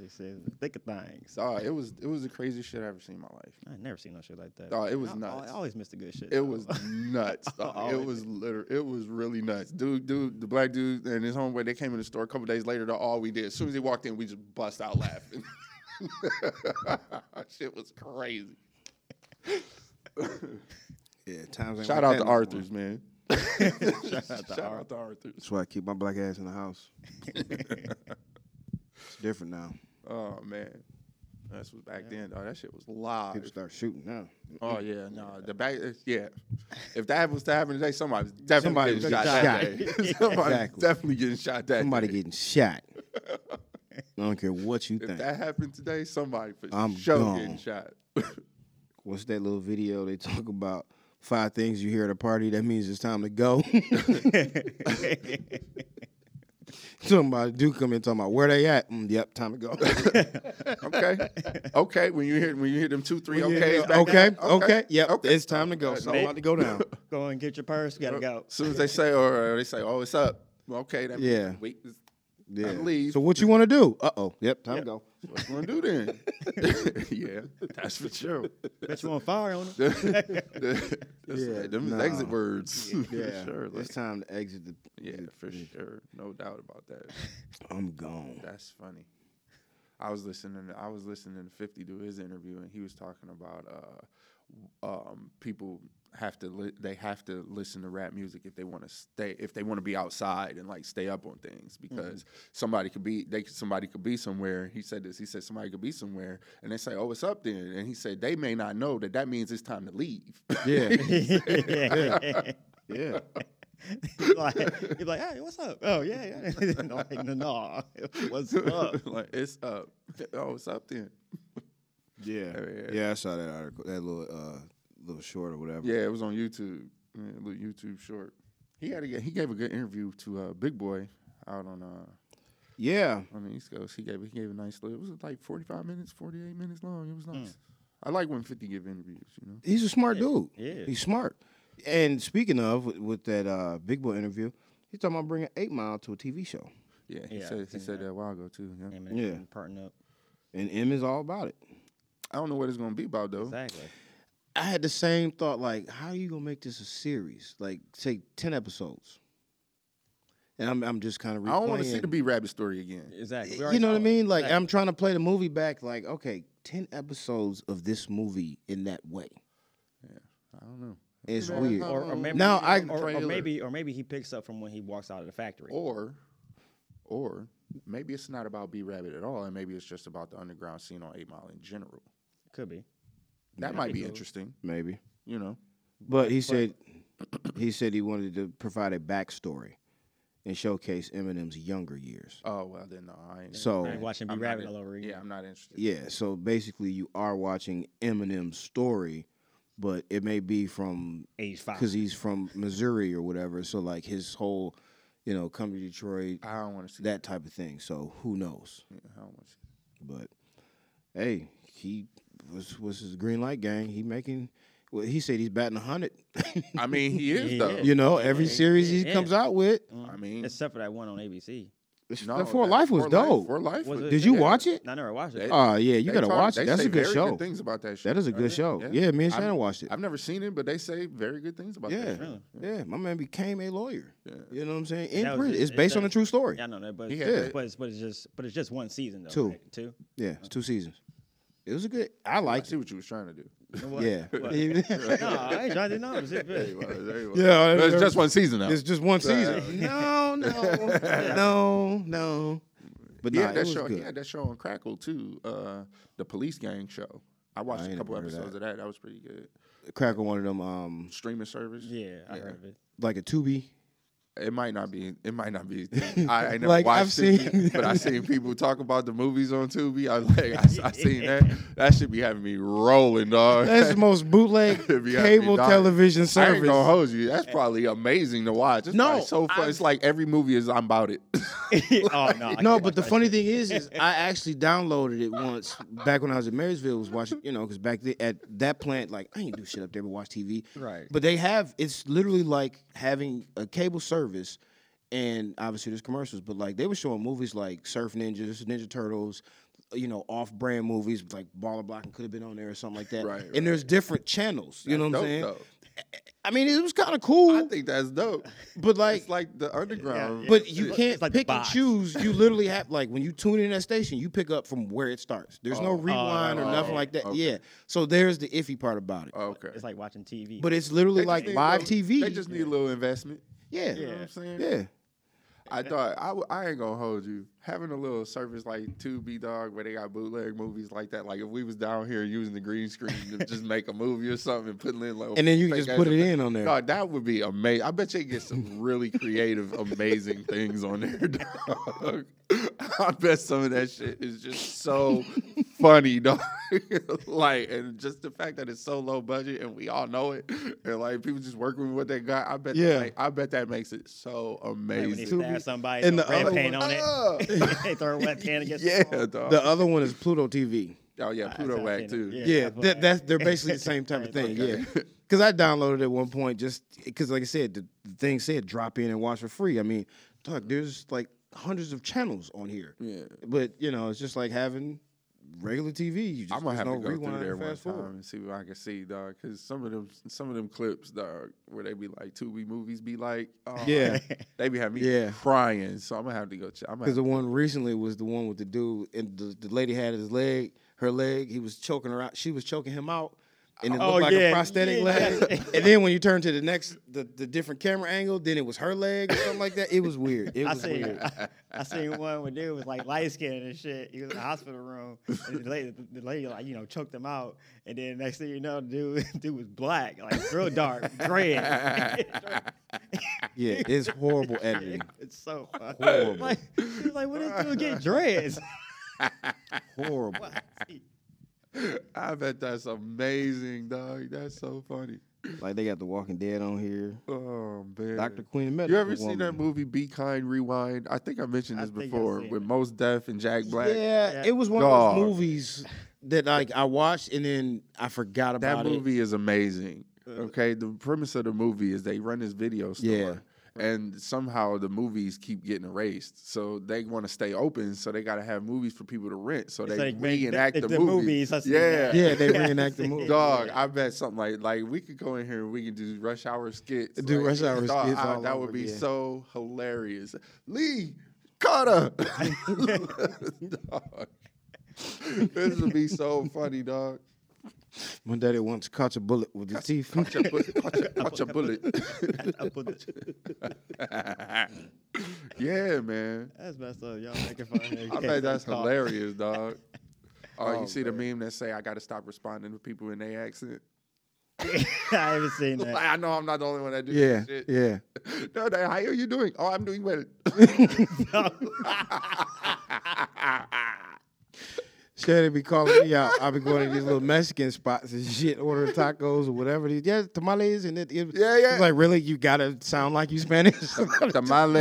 S1: It's the thick of things.
S2: dog. It was it was the craziest shit I ever seen in my life.
S1: I never seen no shit like that.
S2: Oh, it was
S1: I-
S2: nuts.
S1: I, always miss the good shit.
S2: It
S1: though.
S2: was nuts. dog. it was literally, it was really nuts. Dude, dude, the black dude and his homeboy, they came in the store a couple days later. That's all we did. As soon as he walked in, we just bust out laughing. Shit was crazy.
S3: Yeah, times. Ain't
S2: Shout
S3: like
S2: out
S3: that
S2: to
S3: no
S2: Arthur's,
S3: more.
S2: man. Shout out to Arthur's.
S3: That's why I keep my black ass in the house. it's different now.
S2: Oh man, that's what back then. dog. that shit was live.
S3: People start shooting now.
S2: Oh yeah, no, the back. uh, Yeah, if that was to happen today, somebody's definitely
S3: Somebody's
S2: getting shot, that
S3: getting
S2: day.
S3: shot.
S2: somebody's
S3: Exactly.
S2: definitely getting shot that.
S3: Somebody
S2: day.
S3: getting shot. I don't care what you
S2: If
S3: think.
S2: that happened today, somebody for
S3: I'm
S2: sure
S3: gone.
S2: getting shot.
S3: What's that little video they talk about? Five things you hear at a party. That means it's time to go. Somebody do come in talking about where they at. Mm, yep, time to go.
S2: okay, okay. When you hear when you hear them two three
S3: Yeah,
S2: okays
S3: yeah,
S2: back
S3: okay,
S2: there,
S3: okay, yep, it's time to go. So I'm about to go down.
S1: Go and get your purse. We gotta go.
S2: As soon as they say or they say, oh, it's up. Okay, that means
S3: Yeah.
S2: we- it's-
S3: Yeah.
S2: leave.
S3: So what you want to do? Uh oh. Yep, time to go.
S2: What you gonna do then? yeah, that's for sure.
S1: Bet you on fire on it.
S2: That's-
S3: Yeah,
S2: them is
S3: nah.
S2: exit words.
S3: Yeah,
S2: for sure.
S3: it's
S2: Like,
S3: time to exit the.
S2: yeah, for sure. No doubt about that.
S3: I'm gone.
S2: That's funny. I was listening. I was listening to Fifty do his interview, and he was talking about uh, um, people have to li- they have to listen to rap music if they want to stay if they want to be outside and like stay up on things because somebody could be they could- somebody could be somewhere. He said this. He said somebody could be somewhere, and they say, "Oh, it's up then," and he said they may not know that that means it's time to leave.
S3: Yeah,
S1: yeah.
S3: yeah.
S2: Oh,
S1: like, you're like, hey, what's up? Oh yeah, yeah. like, no, no, what's up?
S2: like it's up. Oh, it's up then.
S3: Yeah.
S2: yeah.
S3: Yeah, I saw that article, that little uh, little short or whatever.
S2: Yeah, it was on YouTube. Yeah, a little YouTube short. He had a, g- he gave a good interview to uh, Big Boy out on uh,
S3: Yeah.
S2: on the East Coast. He gave he gave a nice little. It was like forty five minutes, forty eight minutes long. It was nice. I like when Fifty give interviews. You know.
S3: He's a smart dude.
S1: yeah.
S3: He's smart. And speaking of with, with that uh, Big Boy interview, he's talking about bringing Eight Mile to a TV show,
S2: Yeah, he
S1: Yeah, I
S2: said he
S1: seen
S2: said
S1: that.
S2: that a while ago too. Yeah.
S1: Him and
S3: Yeah.
S1: him parting up.
S3: and M is all about it.
S2: I don't know what it's gonna be about though.
S1: Exactly.
S3: I had the same thought, like, how are you gonna make this a series? Like, say ten episodes. And I'm I'm just kind of.
S2: I don't want to see the B Rabbit story again.
S1: Exactly. We
S3: You
S1: already
S3: know what I
S1: saw it.
S3: mean? Like,
S1: Exactly.
S3: I'm trying to play the movie back. Like, okay, ten episodes of this movie in that way.
S2: I don't know.
S3: It's
S2: Yeah,
S3: weird.
S2: how
S1: or, or
S2: long-
S1: maybe,
S3: Now, I-
S1: or, or
S2: Trailer. Oh.
S1: maybe or maybe he picks up from when he walks out of the factory.
S2: Or, or maybe it's not about B Rabbit at all, and maybe it's just about the underground scene on Eight Mile in general.
S1: Could be.
S2: That might be interesting.
S3: Maybe.
S2: You know.
S3: But he said he said he wanted to provide a backstory and showcase Eminem's younger years.
S2: Oh well, then no, I ain't.
S3: So
S1: Like watching B
S2: I'm not
S1: Rabbit
S2: in-
S1: all over again.
S2: Yeah, I'm not interested.
S3: yeah, so basically you are watching Eminem's story, but it may be from
S1: Age five.
S3: because he's from Missouri or whatever. So like his whole, you know, come to Detroit,
S2: I don't want to see Mm. that.
S3: that type of thing. So who knows?
S2: I don't want to see.
S3: But hey, he was was his green light gang. He making. Well, he said he's batting hundred.
S2: that. I mean, he is
S1: Yeah.
S2: though.
S3: you know, every series he
S1: yeah.
S3: comes out with.
S2: I mean,
S1: Uh-huh. Except for that one on ABC.
S2: no,
S3: For
S2: that-
S3: Life was
S2: For
S3: dope.
S2: For life,
S1: Was
S2: was-
S1: it-
S3: Did you
S2: yeah.
S3: watch it?
S1: I never watched it.
S2: They-
S3: Oh yeah, you
S2: They
S3: gotta
S2: talk-
S3: watch
S2: they
S3: it. That's
S2: say
S3: a good
S2: very
S3: show.
S2: things about that.
S3: that is a
S2: shit.
S3: good show. Yeah.
S2: Yeah.
S3: me and
S2: I'm-
S3: Shannon watched it.
S2: I've never seen it, but they say very good things about
S3: yeah,
S2: that. shit.
S3: yeah, my man became a lawyer. You know what I'm saying?
S1: That
S3: In
S1: was
S3: prison,
S1: it.
S3: it's
S1: It
S3: based on a
S1: does-
S3: true story.
S1: Yeah, I know that, but,
S2: He had
S1: but,
S2: that-
S1: but it's but it's just but it's just one season though.
S3: Two.
S1: right? Two.
S3: Yeah, it's two seasons. It was a good. I
S2: I
S3: liked
S2: see
S3: it.
S2: what you was trying to do.
S1: What?
S3: Yeah,
S1: What? no,
S3: yeah.
S1: I ain't trying to know. It's just-
S2: There you was, there you was.
S3: I
S2: No, it's
S3: remember-
S2: just one season though.
S3: It's just one season. no, no, no, no. But
S2: He
S3: yeah,
S2: had
S3: it
S2: that
S3: was
S2: show. He
S3: good.
S2: had that show on Crackle too. Uh, the police gang show. I watched a
S3: ain't
S2: couple
S3: heard of
S2: episodes
S3: that.
S2: of that. That was pretty good.
S3: Cracker one of them, um,
S2: Streaming service.
S1: Yeah, I heard of it.
S3: like a Tubi.
S2: It might not be. It might not be. I, I never
S3: Like, I've
S2: watched it,
S3: seen-
S2: but I seen people talk about the movies on Tubi. I was like, I, I seen that. That should be having me rolling, dog.
S3: That's the most bootleg
S2: Should be having me
S3: cable
S2: dying.
S3: television
S2: I ain't gonna
S3: service.
S2: hold you. That's probably amazing to watch. It's
S3: No,
S2: probably so fun. It's like every movie is. I'm about it.
S1: oh no. I
S3: No,
S1: can't watch
S3: but the
S1: that
S3: funny
S1: shit.
S3: thing is, is I actually downloaded it once back when I was in Marysville. Was watching, you know, because back the, at that plant, like I ain't do shit up there but watch TV.
S1: Right.
S3: But they have it's literally like having a cable service, and obviously there's commercials, but like they were showing movies like Surf Ninjas, Ninja Turtles, you know, off-brand movies like Baller Block and could have been on there or something like that.
S2: Right,
S3: And there's different channels. You know what I'm
S2: Dope,
S3: saying?
S2: though.
S3: I mean, it was kind of cool,
S2: I think that's dope.
S3: but like
S2: It's like the underground.
S3: but you
S1: like-
S3: can't
S1: it's like the
S3: pick and
S1: box.
S3: choose. You literally have like when you tune in that station, you pick up from where it starts. There's no rewind or
S2: oh,
S3: nothing like that.
S2: okay.
S3: Yeah. So there's the iffy part about it.
S2: Oh, okay.
S1: It's like watching TV.
S3: But it's
S2: They
S3: literally
S2: just
S3: like
S2: need a
S3: live
S2: little-
S3: TV.
S2: They just need a little investment.
S3: yeah.
S2: You know what
S3: Yeah.
S2: I'm saying?
S3: Yeah.
S2: I thought I, w- I ain't gonna hold you. Having a little service like Two B Dog, where they got bootleg movies like that. Like if we was down here using the green screen to just make a movie or something and putting in like,
S3: And then you can
S2: fake
S3: just
S2: ass
S3: put it
S2: effect-
S3: in on there.
S2: Dog, that would be amazing. I bet you get some really creative, amazing things on there. Dog. I bet some of that shit is just so funny, dog. like, and just the fact that it's so low budget and we all know it, and like people just working with what they got. I bet. that
S3: Yeah.
S2: make- I bet that makes it so
S1: Like when they
S2: amazing.
S1: stab somebody and
S3: And the
S1: red
S3: other
S1: paint
S3: one-
S1: on
S2: Ah!
S1: it. they throw a wet pan against the
S2: yeah,
S1: wall.
S2: dog.
S3: The other one is Pluto TV.
S2: oh yeah, Pluto
S1: I've
S2: whack
S1: seen
S2: too.
S1: it, yeah.
S3: Yeah,
S1: that's
S3: that,
S1: what-
S3: that's they're basically the same type of thing. Yeah, because I downloaded at one point just because, like I said, the, the thing said drop in and watch for free. I mean, dog, there's like hundreds of channels on here.
S2: Yeah.
S3: but you know, it's just like having regular TV. You just,
S2: I'm gonna have
S3: there's
S2: to
S3: no
S2: go
S3: rewind
S2: through
S3: and
S2: there one
S3: fast forward.
S2: time and see what I can see, dog. Because some of them, some of them clips, dog, where they be like two B movies, be like, oh,
S3: Yeah.
S2: they be having me
S3: Yeah.
S2: crying. So I'm gonna have to go. Check. I'm gonna
S3: Because
S2: have
S3: the one recently was the one with the dude, and the, the lady had his leg, her leg. He was choking her out. She was choking him out, and it
S1: Oh,
S3: looked like a
S1: yeah,
S3: prosthetic
S1: yeah,
S3: leg.
S1: yeah.
S3: and then when you turn to the next, the, the different camera angle, then it was her leg or something like that. It was weird. It
S1: I
S3: was
S1: seen,
S3: weird.
S1: I, I seen one where dude was like light skinned and shit. He was in the hospital room. And the, lady, the lady like you know choked him out, and then next thing you know, the dude dude was black, like real dark, dread.
S3: Yeah, it's horrible editing.
S1: it's so funny.
S3: Horrible.
S1: Like, he's like, what did dude get dreads?
S3: Horrible.
S2: I bet that's amazing, dog. That's so funny.
S3: Like they got The Walking Dead on here.
S2: Oh man,
S3: Dr. Queen of Medical
S2: You ever seen that
S3: Woman.
S2: movie Be Kind Rewind? I think I mentioned
S1: I
S2: this
S1: think I've
S2: before
S1: seen
S2: with
S1: it.
S2: Most Def and Jack Black.
S3: Yeah,
S1: Yeah.
S3: it was one
S2: Dog.
S3: of those movies that like I watched and then I forgot
S2: That
S3: about it.
S2: movie is amazing.
S1: Uh,
S2: Okay, the premise of the movie is they run this video store,
S3: Yeah.
S2: and somehow the movies keep getting erased. So they want to stay open, so they got to have movies for people to rent. So they
S1: like make-
S2: reenact
S1: the-
S2: the,
S1: the
S2: movie.
S1: movies, I see
S2: yeah,
S1: that.
S3: Yeah, they reenact the movie.
S2: Dog, I bet something like like we could go in here and we could do rush hour skits.
S3: Do
S2: like,
S3: Rush Hour
S2: dog,
S3: skits
S2: I-
S3: all
S2: that
S3: over
S2: would be
S3: again.
S2: so hilarious. Lee Carter. dog. This would be so funny, dog.
S3: My daddy once caught a bullet with his teeth.
S2: Catch a bullet. Catch a, catch a bullet.
S1: I put the-
S2: yeah, man.
S1: that's messed up. Y'all making fun of me.
S2: I bet that's hilarious, dog. Oh, you see the meme that say I gotta stop responding to people in their accent.
S1: I haven't seen
S2: Like,
S1: that.
S2: I know I'm not the only one that do
S3: yeah,
S2: that shit.
S3: yeah.
S2: No, they, how are you doing? Oh, I'm doing well.
S3: Shannon be calling me out. I be going to these little Mexican spots and shit, ordering tacos or whatever. These, yeah, tamales and it, it-
S2: Yeah, yeah.
S3: It's like really, you gotta sound like you Spanish.
S2: Tamale,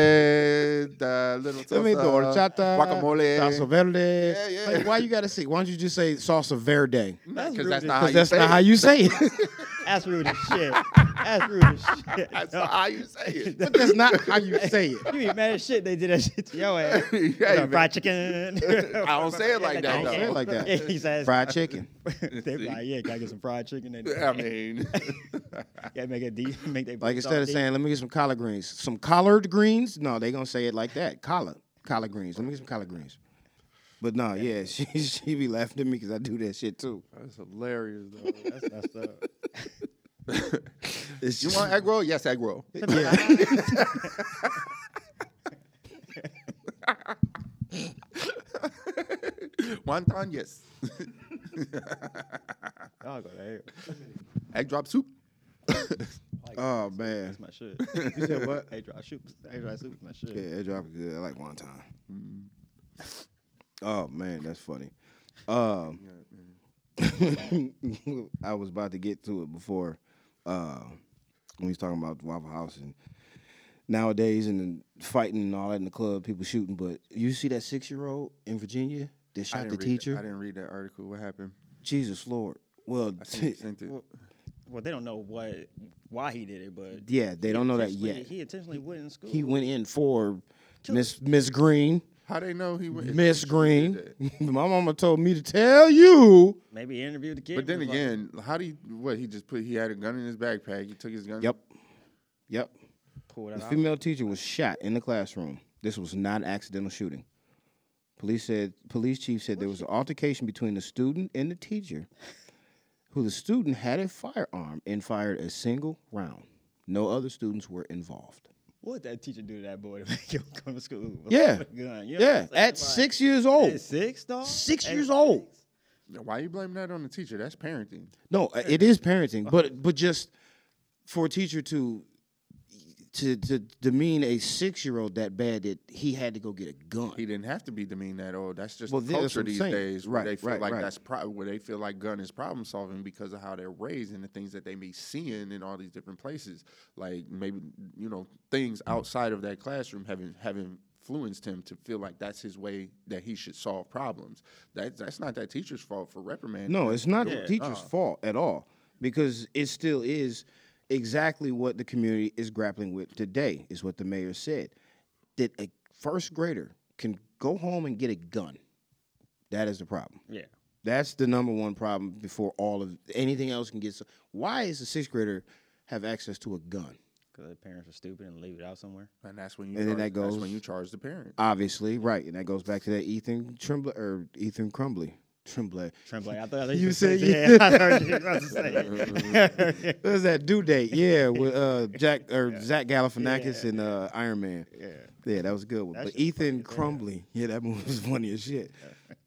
S2: the little
S3: I mean, the
S2: salsa,
S3: horchata,
S2: guacamole.
S3: salsa verde.
S2: Yeah, yeah.
S3: Like, why you gotta say? Why don't you just say salsa verde?
S1: That's
S2: Because
S1: rude
S2: that's
S1: as-
S2: not how
S3: Because
S2: you
S3: that's
S2: say
S3: not
S2: it.
S3: how you say it.
S1: That's rude as shit. That's rude as shit.
S2: That's
S1: dog.
S2: not how you say it.
S3: but that's not how you say it.
S1: You be mad as shit. They did that shit to your ass.
S2: Hey,
S1: What's up,
S2: man.
S1: fried chicken.
S2: I don't say it like that,
S3: I don't say it
S2: though.
S3: like that.
S1: Yeah, he says
S3: Fried chicken.
S1: They be like, yeah, can I get some fried chicken? They
S2: I mean,
S1: yeah, make it deep. Make they
S3: Like instead of saying, "Let me get some collard greens," some collard greens. No, they gonna say it like that. Collard, collard greens. Let me get some collard greens. But no, yeah, she she be laughing at me because I do that shit too.
S2: that's hilarious, though.
S1: that's messed up.
S3: It's
S2: You
S3: just,
S2: want egg roll? Yes, egg roll.
S3: yeah,
S2: Wonton? Yes.
S1: Y'all go there.
S2: Egg drop soup?
S3: oh man,
S1: That's my shit.
S3: you said what?
S1: Hey, dry soup. Hey, dry soup is my shit.
S3: Yeah, it dropped good. I like wonton. Oh man, that's funny. Um, I was about to get to it before uh, when we was talking about Waffle House and nowadays and the fighting and all that in the club, people shooting. But you see that six year old in Virginia that
S2: I
S3: shot
S2: didn't
S3: the
S2: read that-
S3: teacher?
S2: I didn't read that article. What happened?
S3: Jesus Lord. Well,
S2: I sent, sent it.
S1: Well, well, they don't know what why he did it, but
S3: yeah, they don't know that
S1: intentionally-
S3: yet.
S1: He intentionally went in school.
S3: He went in for Miss Miss Green.
S2: How they know he went?
S3: Miss
S2: she did
S3: Green.
S2: that?
S3: My mama told me to tell you.
S1: Maybe he interviewed the kid.
S2: But then
S1: was like,
S2: again, how do you? What he just put? He had a gun in his backpack. He took his gun.
S3: Yep. Yep.
S1: pull that
S3: The
S1: out.
S3: female teacher was shot in the classroom. This was not accidental shooting. Police said police chief said there was an altercation between the student and the teacher, who the student had a firearm and fired a single round. No other students were involved.
S1: What that teacher do to that boy to make him come to school? with
S3: Yeah.
S1: a gun? You know
S3: Yeah.
S1: what I'm
S3: At
S1: saying?
S3: six years
S1: Like,
S3: old.
S1: At six, dog.
S3: Six
S1: At
S3: years old.
S1: six?
S2: Why you blame that on the teacher? That's parenting.
S3: No, uh, it is parenting, but but just for a teacher to to to demean a six year old that bad that he had to go get a gun.
S2: He didn't have to be demean at all. That's just
S3: Well,
S2: the
S3: yeah, that's
S2: culture
S3: what I'm
S2: these
S3: saying.
S2: days. Where
S3: Right,
S2: They feel
S3: right,
S2: like
S3: right.
S2: that's pro- where they feel like gun is problem solving because of how they're raised and the things that they may seeing in all these different places. Like maybe you know things outside of that classroom having having influenced him to feel like that's his way that he should solve problems. That that's not that teacher's fault for reprimanding.
S3: No,
S2: him.
S3: it's not the teacher's fault at all because it still is exactly what the community is grappling with today, is what the mayor said. That a first grader can go home and get a gun. That is the problem.
S1: Yeah.
S3: That's the number one problem before all of anything else can get. So, why is a sixth grader have access to a gun?
S1: Because their parents are stupid and leave it out somewhere.
S2: and that's when you
S3: And then
S2: charge,
S3: that
S2: that's
S3: goes-
S2: when you charge the parent.
S3: Obviously, right, and that goes back to that Ethan Tremblay or Ethan Crumbly. Tremblay.
S1: Tremblay. I thought I
S3: You
S1: said
S3: said
S1: yeah. I heard you about to say it.
S3: There's that due date, yeah, with uh, Jack or Zach Galifianakis and uh, Iron Man. Yeah, yeah, that was a good one. but
S1: shit's
S3: Ethan Crumbly, yeah, that movie was funny as shit.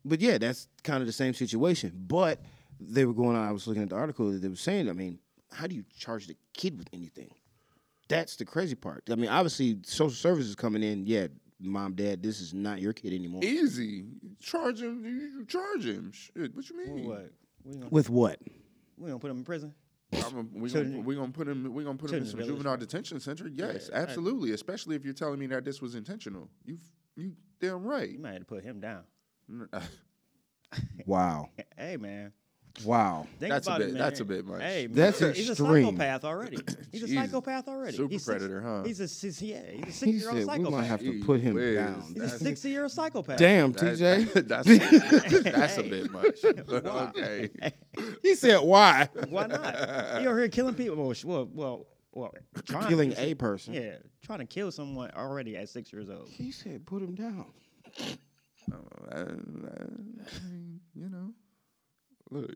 S3: But yeah, that's kind of the same situation. But they were going on. I was looking at the article that they were saying. I mean, how do you charge the kid with anything? That's the crazy part. I mean, obviously, social services coming in. Yeah, mom, dad, this is not your kid anymore.
S2: Easy. Charge him. You you charge him. Shit. What you mean?
S1: what? We gonna,
S3: With what?
S1: we gonna put him in prison.
S2: I'm a, we gonna
S1: Children-
S2: we gonna put him we gonna put him in
S1: Children's
S2: some
S1: Village,
S2: juvenile
S1: right.
S2: detention center. Yes,
S1: Yeah, I-
S2: absolutely. Especially if you're telling me that this was intentional. You f- you damn right.
S1: You might have to put him down.
S3: Wow.
S1: Hey man,
S3: Wow.
S1: think
S2: That's a
S1: about it,
S2: bit-
S1: man.
S2: that's a bit much.
S1: Hey, man,
S3: That's
S1: he's a- he's a
S3: extreme.
S1: psychopath already. He's a
S2: Jesus.
S1: psychopath already.
S2: Super
S1: he's
S2: predator, huh?
S1: He's a six, yeah, he's a
S3: He
S1: six-year-old
S3: said we
S1: psychopath.
S3: might have to
S2: Gee
S3: put him
S2: whiz.
S3: down.
S1: he's a
S2: That's-
S1: six-year-old psychopath.
S3: Damn,
S2: That-
S3: TJ.
S2: that's that's a
S1: Hey.
S2: bit much. okay.
S3: he said why?
S1: Why not? You're here killing people. Well, sh- well, well, well trying
S3: Killing
S1: to,
S3: a person.
S1: Yeah, trying to kill someone already at six years old.
S3: He said put him down.
S2: Uh, I mean, you know, look,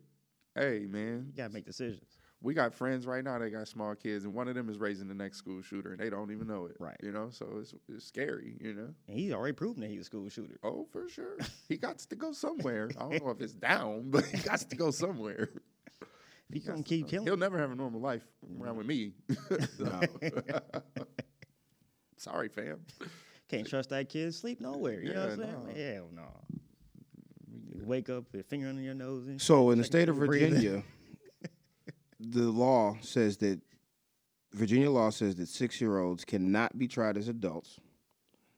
S2: hey man,
S1: You gotta make decisions.
S2: we got friends right now that got small kids, and one of them is raising the next school shooter, and they don't even know it.
S1: Right.
S2: You know, so it's it's scary. You know.
S1: And he's already proven that he's a school shooter.
S2: Oh, for sure. He got to go somewhere. I don't know if it's down, but he got to go somewhere.
S1: If he's gonna keep killing, Mm-hmm.
S2: He'll never have a normal life around with me. So- Sorry, fam.
S1: can't trust that kid to sleep nowhere. You know what I'm
S2: Yeah,
S1: saying? Hell no. You wake up with a finger under your nose and
S3: So in the
S1: Second
S3: state of
S1: people breathing.
S3: Virginia, the law says that Virginia law says that six year olds cannot be tried as adults.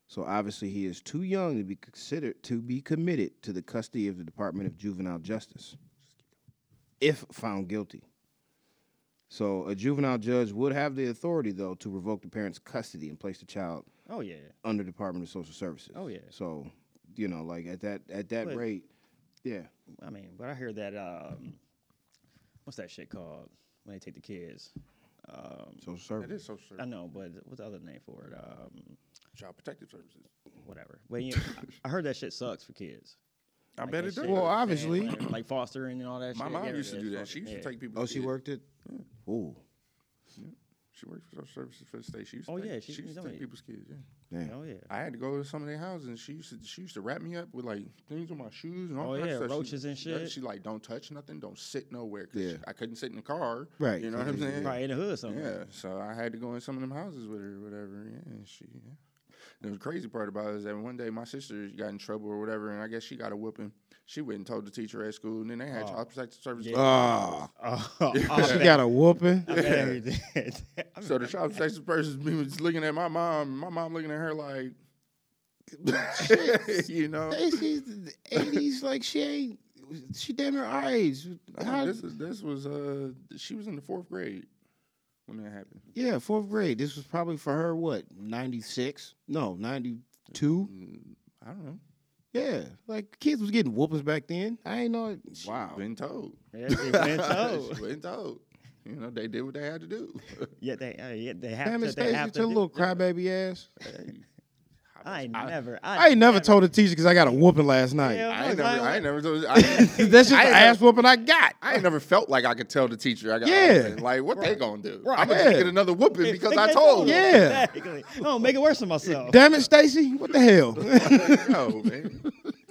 S3: So obviously he is too young to be considered to be committed to the custody of the Department of Juvenile Justice if found guilty. So a juvenile judge would have the authority though to revoke the parent's custody and place the child
S1: Oh yeah.
S3: under Department of Social Services.
S1: Oh, yeah.
S3: So, you know, like at that at that
S1: But-
S3: rate, yeah.
S1: I mean, but I hear that um, what's that shit called when they take the kids? Um,
S3: Social services.
S2: It is social service.
S1: I know, but what's the other name for it? Um,
S2: Child protective services.
S1: whatever. But you know, I heard that shit sucks for kids.
S2: I
S1: Like
S2: bet
S1: that
S2: it
S1: shit,
S2: does.
S1: you know
S3: Well,
S1: what I'm
S3: obviously.
S1: saying? like, like fostering and all that.
S2: My
S1: shit.
S2: mom
S1: Yeah,
S2: used to
S1: yeah,
S2: do that.
S1: fuck
S2: She
S1: it.
S2: used
S1: Yeah.
S2: to take people.
S3: Oh, she
S2: kids.
S3: worked it. Oh,
S2: She worked for social services for the state. She used to
S1: Oh,
S2: take,
S1: yeah,
S2: she,
S1: she-
S2: used to
S1: tell
S2: take
S1: me.
S2: people's kids. Yeah.
S3: damn.
S1: Oh yeah.
S2: I had to go to some of their houses, and she used to she used to wrap me up with like things on my shoes and all
S1: Oh,
S2: that
S1: yeah,
S2: stuff.
S1: roaches
S2: she,
S1: and
S2: yeah,
S1: shit.
S2: She like don't touch nothing, don't sit nowhere. 'cause
S3: Yeah.
S2: she- I couldn't sit in the car.
S3: Right,
S2: You know what I'm
S3: yeah, yeah,
S2: saying?
S1: Probably in the hood somewhere.
S2: Yeah, so I had to go in some of them houses with her or whatever. Yeah, and she. Yeah. And the crazy part about it is that one day my sister got in trouble or whatever, and I guess she got a whooping. She went and told the teacher at school, and then they had child protective services.
S1: Oh. Yeah.
S3: Ah,
S1: Oh, I
S3: she
S1: bet-
S3: got a whooping.
S1: I bet everything- I mean,
S2: So the child protective person was looking at my mom, and my mom looking at her like, you know,
S3: She's the eighties, like she ain't. She damn near our age.
S2: Nah,
S3: How-
S2: Oh, this is this was uh she was in the fourth grade when that happened.
S3: yeah, fourth grade. This was probably for her. What ninety six? No, ninety two.
S2: Mm, I don't know.
S3: Yeah, like kids was getting whoopings back then. I ain't know. It.
S2: Wow. Been told.
S1: yeah, they been told.
S2: She been told. You know, they did what they had to do.
S1: Yet they, uh, yet they have
S3: Damn
S1: to.
S3: it,
S1: they
S3: Stacy,
S1: have
S3: with
S1: to
S3: your
S1: do-
S3: little crybaby ass.
S1: I ain't never.
S3: I ain't never told the teacher because I got a whooping last
S1: Hell
S3: night.
S2: I ain't
S1: no,
S2: never
S1: Zion.
S2: I ain't never told I,
S3: That's just the
S2: I ain't
S3: ass whooping I got.
S2: I ain't never felt like I could tell the teacher I got
S3: Yeah.
S2: whooping. like what they gonna do.
S3: Right.
S2: I'm gonna just
S3: Yeah.
S2: get another whooping because I
S1: They
S2: told
S3: you.
S2: them.
S3: Yeah.
S1: Exactly. I don't make it worse for myself.
S3: Damn it, Stacy! What the hell?
S2: no, man.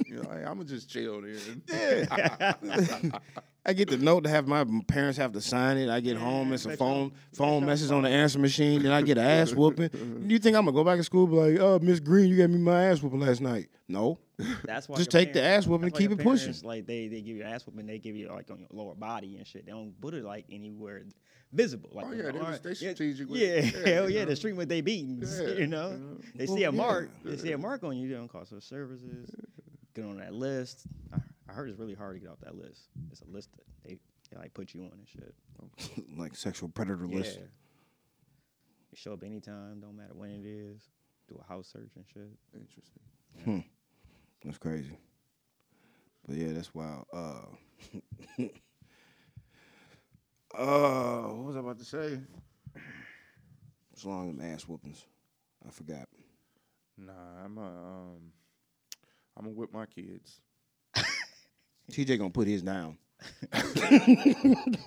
S2: You know, like, I'm gonna just chill there.
S3: I get the note to have my parents have to sign it. I get home, it's a
S1: bet
S3: phone
S1: bet
S3: phone
S1: y'all
S3: message on the answer machine. Then I get an ass whooping. Do you think I'm gonna go back to school? and Be like, oh, Miss Green, you gave me my ass whooping last night. No,
S1: That's why
S3: Just
S1: your
S3: take the
S1: parents-
S3: ass whooping
S1: that's
S3: and
S1: why
S3: keep
S1: your
S3: it pushing.
S1: parents, Like they, they give you an ass whooping, they give you like on your lower body and shit. They don't put it like anywhere visible. Like
S2: Oh,
S1: on
S2: yeah,
S1: your
S2: they was-
S1: arm.
S2: they
S1: Yeah,
S2: strategic with
S1: Yeah,
S2: it. Yeah,
S1: hell
S2: you
S1: yeah,
S2: know.
S1: the street with they beatings.
S2: Yeah,
S1: You know, they
S3: Well,
S1: see
S3: yeah.
S1: a mark. They see a mark on you. They don't call social services. Get on that list. I, I heard it's really hard to get off that list. It's a list that they, they like put you on and shit.
S3: like sexual predator list.
S1: Yeah. You show up anytime, don't matter when it is. Do a house search and shit.
S2: Interesting.
S3: That's crazy. But yeah, that's wild. Uh, uh, what was I about to say? As long as them ass whoopings, I forgot.
S2: Nah, I'm a, um I'm gonna whip my kids.
S3: TJ gonna put his down.
S2: I'm gonna,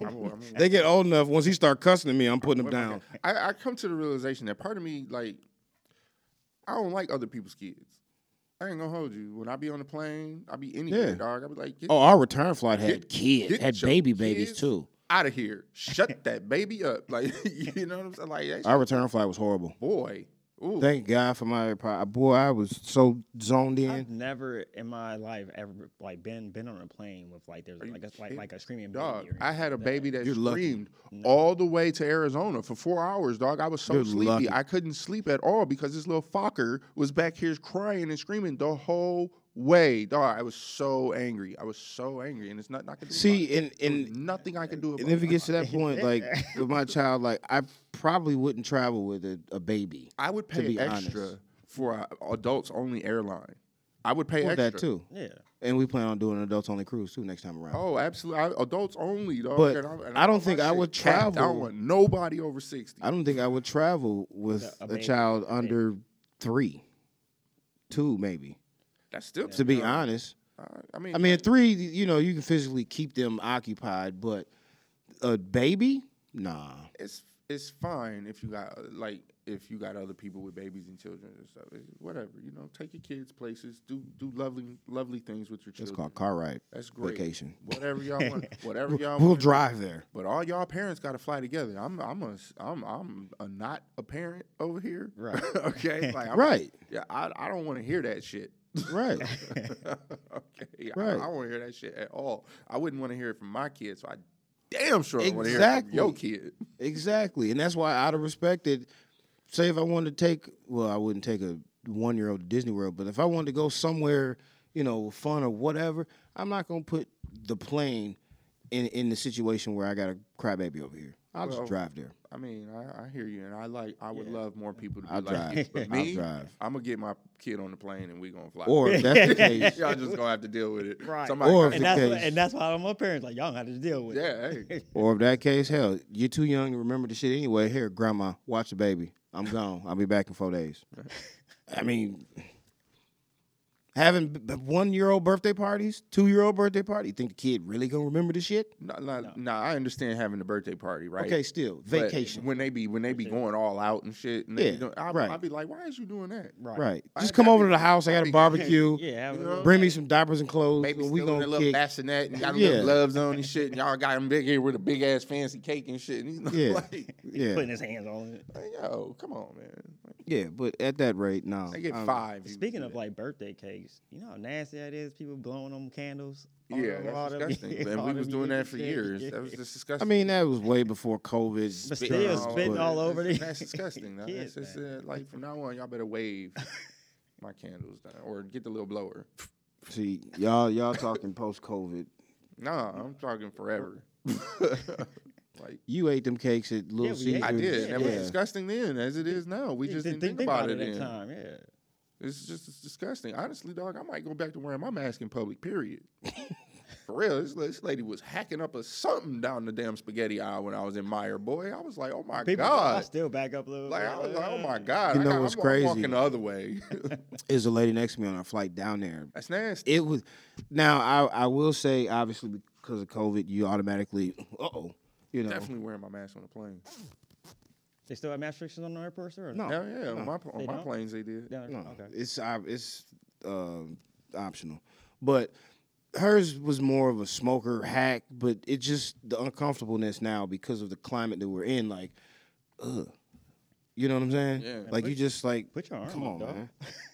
S2: I'm gonna
S3: They get old enough. Once he start cussing at me, I'm putting him
S2: Well,
S3: down.
S2: okay. I, I come to the realization that part of me, like, I don't like other people's kids. I ain't gonna hold you. When I be on the plane, I be anywhere,
S3: Yeah.
S2: dog. I be like, get,
S3: Oh, our return flight had
S2: Get-
S3: kids,
S2: get
S3: had
S2: your
S3: baby babies
S2: kids
S3: too.
S2: out of here. Shut that baby up. Like, you know what I'm saying? Like, that's
S3: Our return flight was horrible.
S2: boy. Ooh.
S3: Thank God for my AirPod. Boy, I was so zoned
S1: I've
S3: in.
S1: never in my life ever like been been on a plane with like there's
S2: you
S1: like a, like
S2: kidding?
S1: like a screaming
S2: Dog,
S1: baby. or
S2: I had a
S1: anything like
S2: baby that
S3: You're lucky.
S2: screamed all the way to Arizona for four hours, dog. I was so
S3: You're
S2: sleepy.
S3: lucky.
S2: I couldn't sleep at all because this little fucker was back here crying and screaming the whole way. Dog, I was so angry. I was so angry. And it's not, not
S3: See, and and
S2: nothing I could do about
S3: And if it
S2: it.
S3: gets to that point, like with my child, like I probably wouldn't travel with a, a baby.
S2: I would pay
S3: be
S2: extra
S3: honest.
S2: for a adults only airline. I would pay
S3: Or
S2: extra.
S3: that too.
S1: that. Yeah.
S3: And we plan on doing an adults only cruise too next time around.
S2: Oh, absolutely. I, adults only, dog.
S3: But
S2: and I'm- and
S3: I
S2: I'm
S3: don't
S2: on my
S3: think I
S2: shit
S3: would
S2: capped. I don't
S3: travel-
S2: want nobody over sixty.
S3: I don't think I would travel with
S1: a
S3: a,
S1: baby.
S3: child under three, two maybe.
S2: That's still
S3: To be
S2: young.
S3: honest,
S2: Uh, I mean,
S3: I mean, at three, you know, you can physically keep them occupied, but a baby, nah.
S2: it's it's fine if you got uh, like if you got other people with babies and children and stuff. It's whatever, you know, take your kids places, do do lovely lovely things with your
S3: It's
S2: children.
S3: called car ride.
S2: That's great.
S3: Vacation.
S2: Whatever y'all want. Whatever y'all
S3: We'll
S2: want.
S3: drive there.
S2: But all y'all parents got to fly together. I'm I'm a s- I'm I'm a not a parent over here.
S1: Right.
S2: okay. Like, I'm-
S3: Right.
S2: Yeah. I I don't want to hear that shit.
S3: Right.
S2: okay. I, I
S3: Right.
S2: don't want to hear that shit at all. I wouldn't want to hear it from my kids. So I damn sure I want to hear it from your
S3: Exactly.
S2: kid.
S3: Exactly, and that's why out of respect, it. Say if I wanted to take, well, I wouldn't take a one year old to Disney World, but if I wanted to go somewhere, you know, fun or whatever, I'm not gonna put the plane in in the situation where I got a crybaby over here. I'll
S2: Well,
S3: just drive there.
S2: I mean, I, I hear you, and I like. I would love more people to be
S3: I'll
S2: like you.
S3: drive.
S2: But
S3: I'll
S2: me,
S3: drive.
S2: I'm gonna get my kid on the plane, and we gonna fly.
S3: Or if that's the case,
S2: y'all just gonna have to deal with it.
S1: Right.
S2: Somebody
S3: Or
S2: gotta-
S3: if
S1: And that's what,
S3: case.
S1: and that's why I'm my parents like y'all had to deal with. it.
S2: yeah, hey,
S3: or if that case, hell, you're too young to remember the shit anyway. Here, grandma, watch the baby. I'm gone. I'll be back in four days. I mean, having one year old birthday parties, two year old birthday party. You think the kid really gonna remember the shit?
S2: no, no, no, I understand having the birthday party, right?
S3: Okay, still
S2: But
S3: vacation.
S2: when they be when they be going all out and shit. And they be
S3: Yeah,
S2: doing, I,
S3: right.
S2: I'd be like, why is you doing that?
S1: Right.
S3: right.
S2: I-
S3: Just come
S2: I
S3: over to
S2: mean,
S3: the house. I got
S2: I
S3: a
S2: mean,
S3: barbecue.
S1: Yeah. have a
S2: You
S1: little-
S2: know?
S3: Bring me some diapers and clothes,
S2: Maybe
S3: and we
S2: still in a
S3: gonna
S2: little
S3: kick.
S2: bassinet and got a
S3: Yeah.
S2: little gloves on and shit, and y'all got him big here with a big ass fancy cake and shit. And you know,
S3: Yeah.
S2: like,
S3: yeah,
S1: Putting his hands on it.
S2: like, yo, come on, man.
S3: yeah. But at that rate, Um, no.
S2: I get
S3: I'm-
S2: five. you
S1: Um, Speaking
S2: do
S1: of
S2: that.
S1: like birthday cakes, you know how nasty that is. People blowing them candles. all
S2: Yeah,
S1: them- all
S2: that's
S1: them-
S2: disgusting. And
S1: all
S2: we
S1: them
S2: was
S1: years
S2: doing that
S1: and
S2: for
S1: shit.
S2: years.
S1: Yeah.
S2: That was just disgusting. Oh,
S3: I mean, that was way before COVID.
S1: But
S3: spit
S1: still
S3: and all
S1: spitting
S3: that.
S1: all over the-
S2: That's disgusting. though.
S1: kids,
S2: That's just,
S1: man.
S2: uh, like from now on, y'all better wave my candles down or get the little blower.
S3: See, y'all, y'all talking post COVID.
S2: Nah, I'm talking forever. like
S3: You ate them cakes at Little
S1: Yeah, we ate
S3: Caesars.
S2: I
S1: Dude,
S2: did. and That was
S1: yeah.
S2: disgusting then, as it is now. We just didn't think, about
S1: at
S2: it
S1: the
S2: then.
S1: time. Yeah.
S2: It's just it's disgusting. Honestly, dog, I might go back to wearing my mask in public. Period. For real, this, this lady was hacking up a something down the damn spaghetti aisle when I was in Meyer. Boy, I was like, oh my
S1: People I
S2: god.
S1: still back up a little.
S2: Like
S1: bit.
S2: I was like, oh my god.
S3: You
S2: I
S3: know
S2: got-
S3: what's
S2: I'm, wa- I'm
S3: crazy?
S2: walking the other way.
S3: Is the lady next to me on our flight down there?
S2: That's nasty.
S3: It was. Now I, I will say, obviously because of COVID, you automatically, uh oh, you know,
S2: Definitely wearing my mask on the plane.
S1: They still have mass restrictions on the airports or
S3: No.
S2: Hell yeah, on my on
S1: Oh. They
S2: my
S1: don't?
S2: planes they did.
S1: Down
S3: No,
S1: there? Okay.
S3: it's op- it's uh, optional, but hers was more of a smoker hack. But it just the uncomfortableness now because of the climate that we're in. Like, ugh, you know what I'm saying?
S2: Yeah.
S3: Like you just like
S1: Put your arm
S3: Come
S1: up,
S3: on,
S1: dog.
S3: man.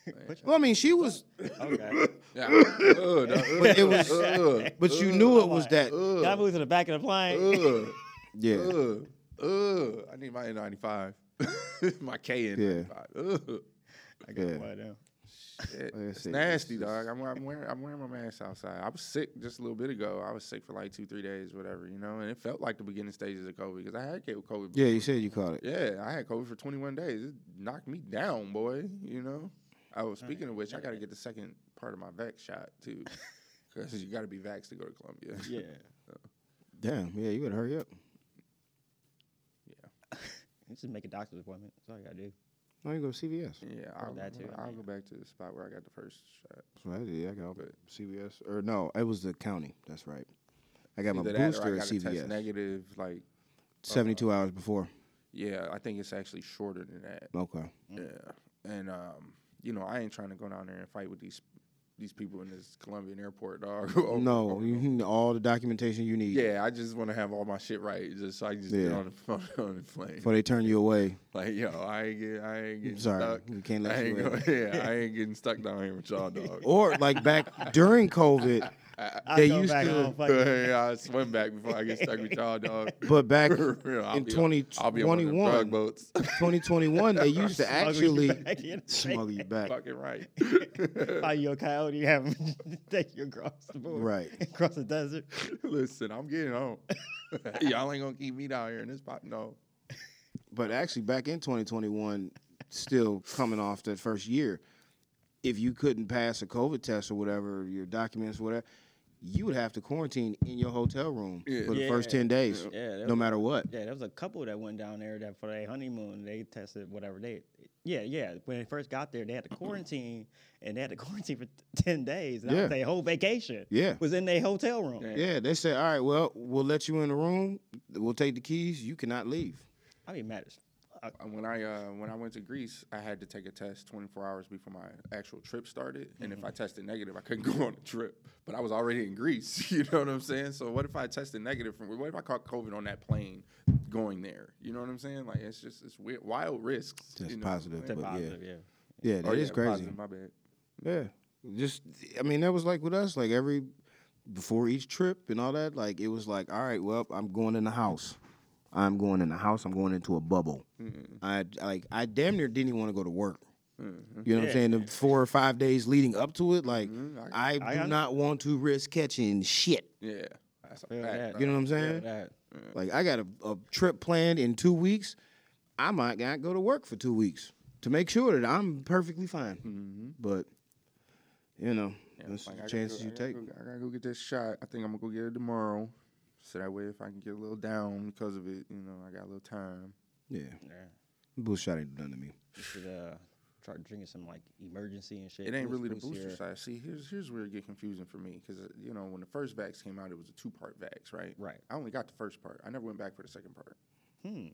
S1: Put your-
S3: Well, I mean, she was,
S1: okay.
S2: Yeah. Ugh, dog,
S3: but it was,
S2: ugh,
S3: but you knew it was that.
S1: Gotta move to the back of the plane.
S2: ugh,
S3: Yeah,
S2: ugh, ugh. I need my N95. my KN95. Ugh.
S1: I got
S3: Yeah.
S1: one now.
S2: Shit.
S3: Like I
S2: It's
S3: said,
S2: nasty,
S3: it's
S2: dog. I'm, wear- I'm wearing I'm wearing my mask outside. I was sick just a little bit ago. I was sick for like two three days, whatever, you know. And it felt like the beginning stages of COVID because I had COVID. before.
S3: yeah. You said you caught it.
S2: Yeah, I had COVID for 21 days. It knocked me down, boy. You know. I was
S1: Mm.
S2: speaking of which, I got to get the second part of my vax shot too, because you got to be vaxxed to go to Columbia.
S1: Yeah.
S3: Damn. Yeah, you better hurry up.
S1: You just make a doctor's appointment. That's all you gotta do.
S3: No, you go to CVS.
S2: yeah. I'll,
S1: that too, I
S2: I'll
S1: mean.
S2: go back to the spot where I got the first shot.
S3: That's what I did. I got
S2: But-
S3: CVS or no, it was the county. That's right. I got my
S2: Either that or
S3: booster
S2: I
S3: at
S2: gotta Test
S3: CVS.
S2: negative, Uh-huh. like
S3: Seventy-two hours before.
S2: yeah, I think it's actually shorter than that.
S3: Okay.
S2: Yeah, and um, you know, I ain't trying to go down there and fight with these these people in this Colombian airport, dog. Oh,
S3: no,
S2: oh,
S3: you need all the documentation you need
S2: Yeah, I just want to have all my shit right. Just so I can just get
S3: Yeah.
S2: on the phone on the plane.
S3: before they turn you away.
S2: Like yo, I ain't get, I ain't getting
S3: Sorry,
S2: stuck.
S3: we can't let
S2: I
S3: you
S2: ain't
S3: in.
S2: go- yeah, I ain't getting stuck down here with y'all, dog.
S3: Or like back during COVID,
S1: I
S3: they
S1: come
S3: used
S1: back, I
S3: to.
S1: don't fucking-
S2: yeah, I swim back before I get stuck with y'all, dog.
S3: But back
S2: For real, I'll
S3: in
S2: be on- I'll be on one of them
S3: 2021,
S2: drug boats.
S3: 2021, they used to
S1: Smuggle you
S3: actually
S1: back in.
S3: smuggle you back.
S2: Fucking right.
S1: Buy you a coyote, have him take you across the border,
S3: Right.
S1: across the desert.
S2: Listen, I'm getting home. y'all ain't gonna keep me down here in this pot. No.
S3: But actually, back in 2021, still coming off that first year, if you couldn't pass a COVID test or whatever, your documents, whatever, you would have to quarantine in your hotel room
S2: Yeah.
S3: for the
S1: Yeah.
S3: first 10 days,
S1: Yeah, that
S3: no
S1: was-
S3: matter what.
S1: Yeah, there was a couple that went down there that for their honeymoon they tested whatever they. Yeah, yeah. When they first got there, they had to quarantine, and they had to quarantine for ten days. And
S3: Yeah.
S1: yeah. their whole vacation.
S3: Yeah.
S1: was in their hotel room.
S3: Yeah, they said, all right, well, we'll let you in the room. We'll take the keys. You cannot leave.
S1: I mean, matters.
S2: when I uh, when I went to Greece, I had to take a test 24 hours before my actual trip started, and
S3: Mm-hmm.
S2: if I tested negative, I couldn't go on the trip. But I was already in Greece, you know what I'm saying? So what if I tested negative from? What if I caught COVID on that plane going there? You know what I'm saying? Like it's just it's weird, wild risks.
S3: Test
S2: you know what I'm
S3: positive,
S2: saying?
S3: but- yeah.
S1: Positive, yeah.
S3: Yeah, that is
S2: Oh, yeah,
S3: crazy.
S2: positive, my bad.
S3: Yeah. Just I mean, that was like with us, like every before each trip and all that, like it was like, all right, well, I'm going in the house. I'm going in the house, I'm going into a bubble. I like I damn near didn't even want to go to work. You know what I'm
S1: Yeah.
S3: saying? The four or five days leading up to it, like Mm-hmm. I, do
S1: I-
S3: not want to risk catching shit.
S2: Yeah, that's a
S1: Feel
S2: fact,
S1: that.
S2: dog.
S3: You know what I'm saying?
S1: That-
S3: Like I got a, a trip planned in two weeks. I might not go to work for two weeks to make sure that I'm perfectly fine.
S2: Mm-hmm.
S3: But you know, that's
S2: Like, I
S3: the
S2: gotta
S3: chances
S2: go-
S3: you
S2: I gotta
S3: take.
S2: go- I gotta go get this shot. I think I'm gonna go get it tomorrow, so that way if I can get a little down because of it, you know, I got a little time.
S3: Yeah,
S1: yeah.
S3: bullshot ain't done to me.
S1: You should uh, try drinking some like emergency and shit.
S2: It ain't
S1: Boost-
S2: really the
S1: boost
S2: booster
S1: your-
S2: shot. See, here's here's where it get confusing for me because you know when the first vax came out, it was a two part vax, right?
S1: Right.
S2: I only got the first part. I never went back for the second part.
S1: Hmm.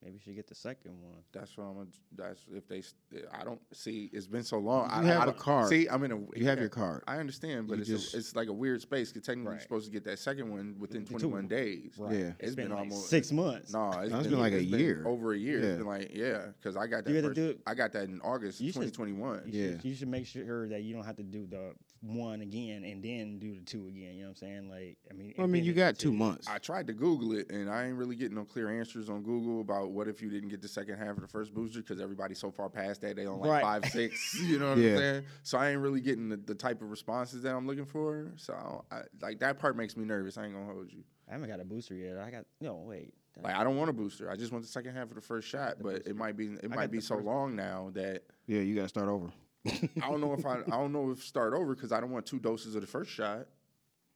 S1: Maybe you should get the second one.
S2: That's what I'm. gonna That's if they. s- I don't see. It's been so long. I
S3: You have
S2: I
S3: a
S2: don't-
S3: card.
S2: See, I'm in a.
S3: You have your card.
S2: I understand, but
S3: You
S2: it's
S3: just-
S2: a, it's like a weird space. Cause technically, you're
S1: Right.
S2: supposed to get that second one within
S1: Two.
S2: 21 days.
S1: Right.
S3: Yeah.
S1: It's been, like, six months.
S2: No, it's
S3: No, it's been like a
S2: it's
S3: year.
S2: over a year.
S3: Yeah.
S2: It's been like yeah, because I got that.
S1: You had to
S2: first-
S1: do it-
S2: I got that in August
S1: You should-
S2: 2021.
S1: You,
S3: Yeah.
S1: should, you should make sure that you don't have to do the one again and then do the two again. You know what I'm saying? Like, I mean,
S3: I
S1: and
S3: mean,
S1: then
S3: you
S1: it-
S3: got two months.
S2: I tried to Google it, and I ain't really getting no clear answers on Google about what if you didn't get the second half of the first booster because everybody's so far past that they on like
S1: Right.
S2: five, six. You know what
S3: Yeah.
S2: I'm saying? So I ain't really getting the, the type of responses that I'm looking for. So I, don't- I, like that part makes me nervous. I ain't gonna hold you.
S1: I haven't got a booster yet. I got no wait. Did I-
S2: Like I don't want a booster. I just want the second half of the first shot. But it might be it might
S1: got
S2: be
S1: the
S2: so
S1: first-
S2: long now that
S3: Yeah, you got to start over.
S2: I don't know if I, I don't know if start over because I don't want two doses of the first shot.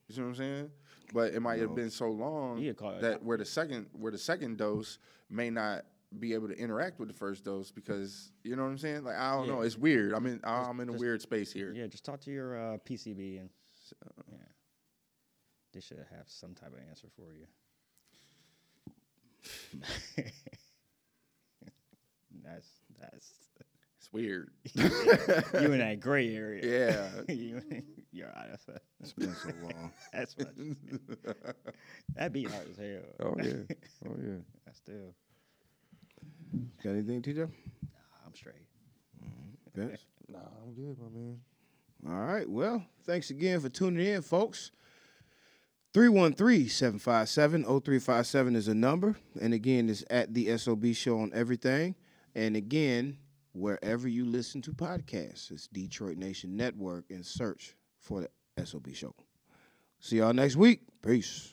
S2: You see what I'm saying? But it might have been so long
S1: You could call it-
S2: that where the second where the second dose may not be able to interact with the first dose because you know what I'm saying? Like I don't know. It's weird. I'm in I'm in a weird space here.
S1: Yeah, just talk to your uh, PCB and yeah, they should have some type of answer for you.
S3: Hmm.
S1: that's that's
S2: It's weird.
S1: you in that gray area.
S2: yeah.
S1: you, you're out of that.
S3: It's been so long.
S1: That's what that'd be hard as hell.
S2: Oh yeah. Oh yeah.
S1: I still,
S3: got anything, TJ?
S1: I'm straight.
S3: Vince?
S2: Nah, I'm good, my man.
S3: All right. Well, thanks again for tuning in, folks. 313-757-0357 is a number. And again, it's at the SOB show on everything. And again, wherever you listen to podcasts, it's Detroit Nation Network and search for the SOB show. See y'all next week. Peace.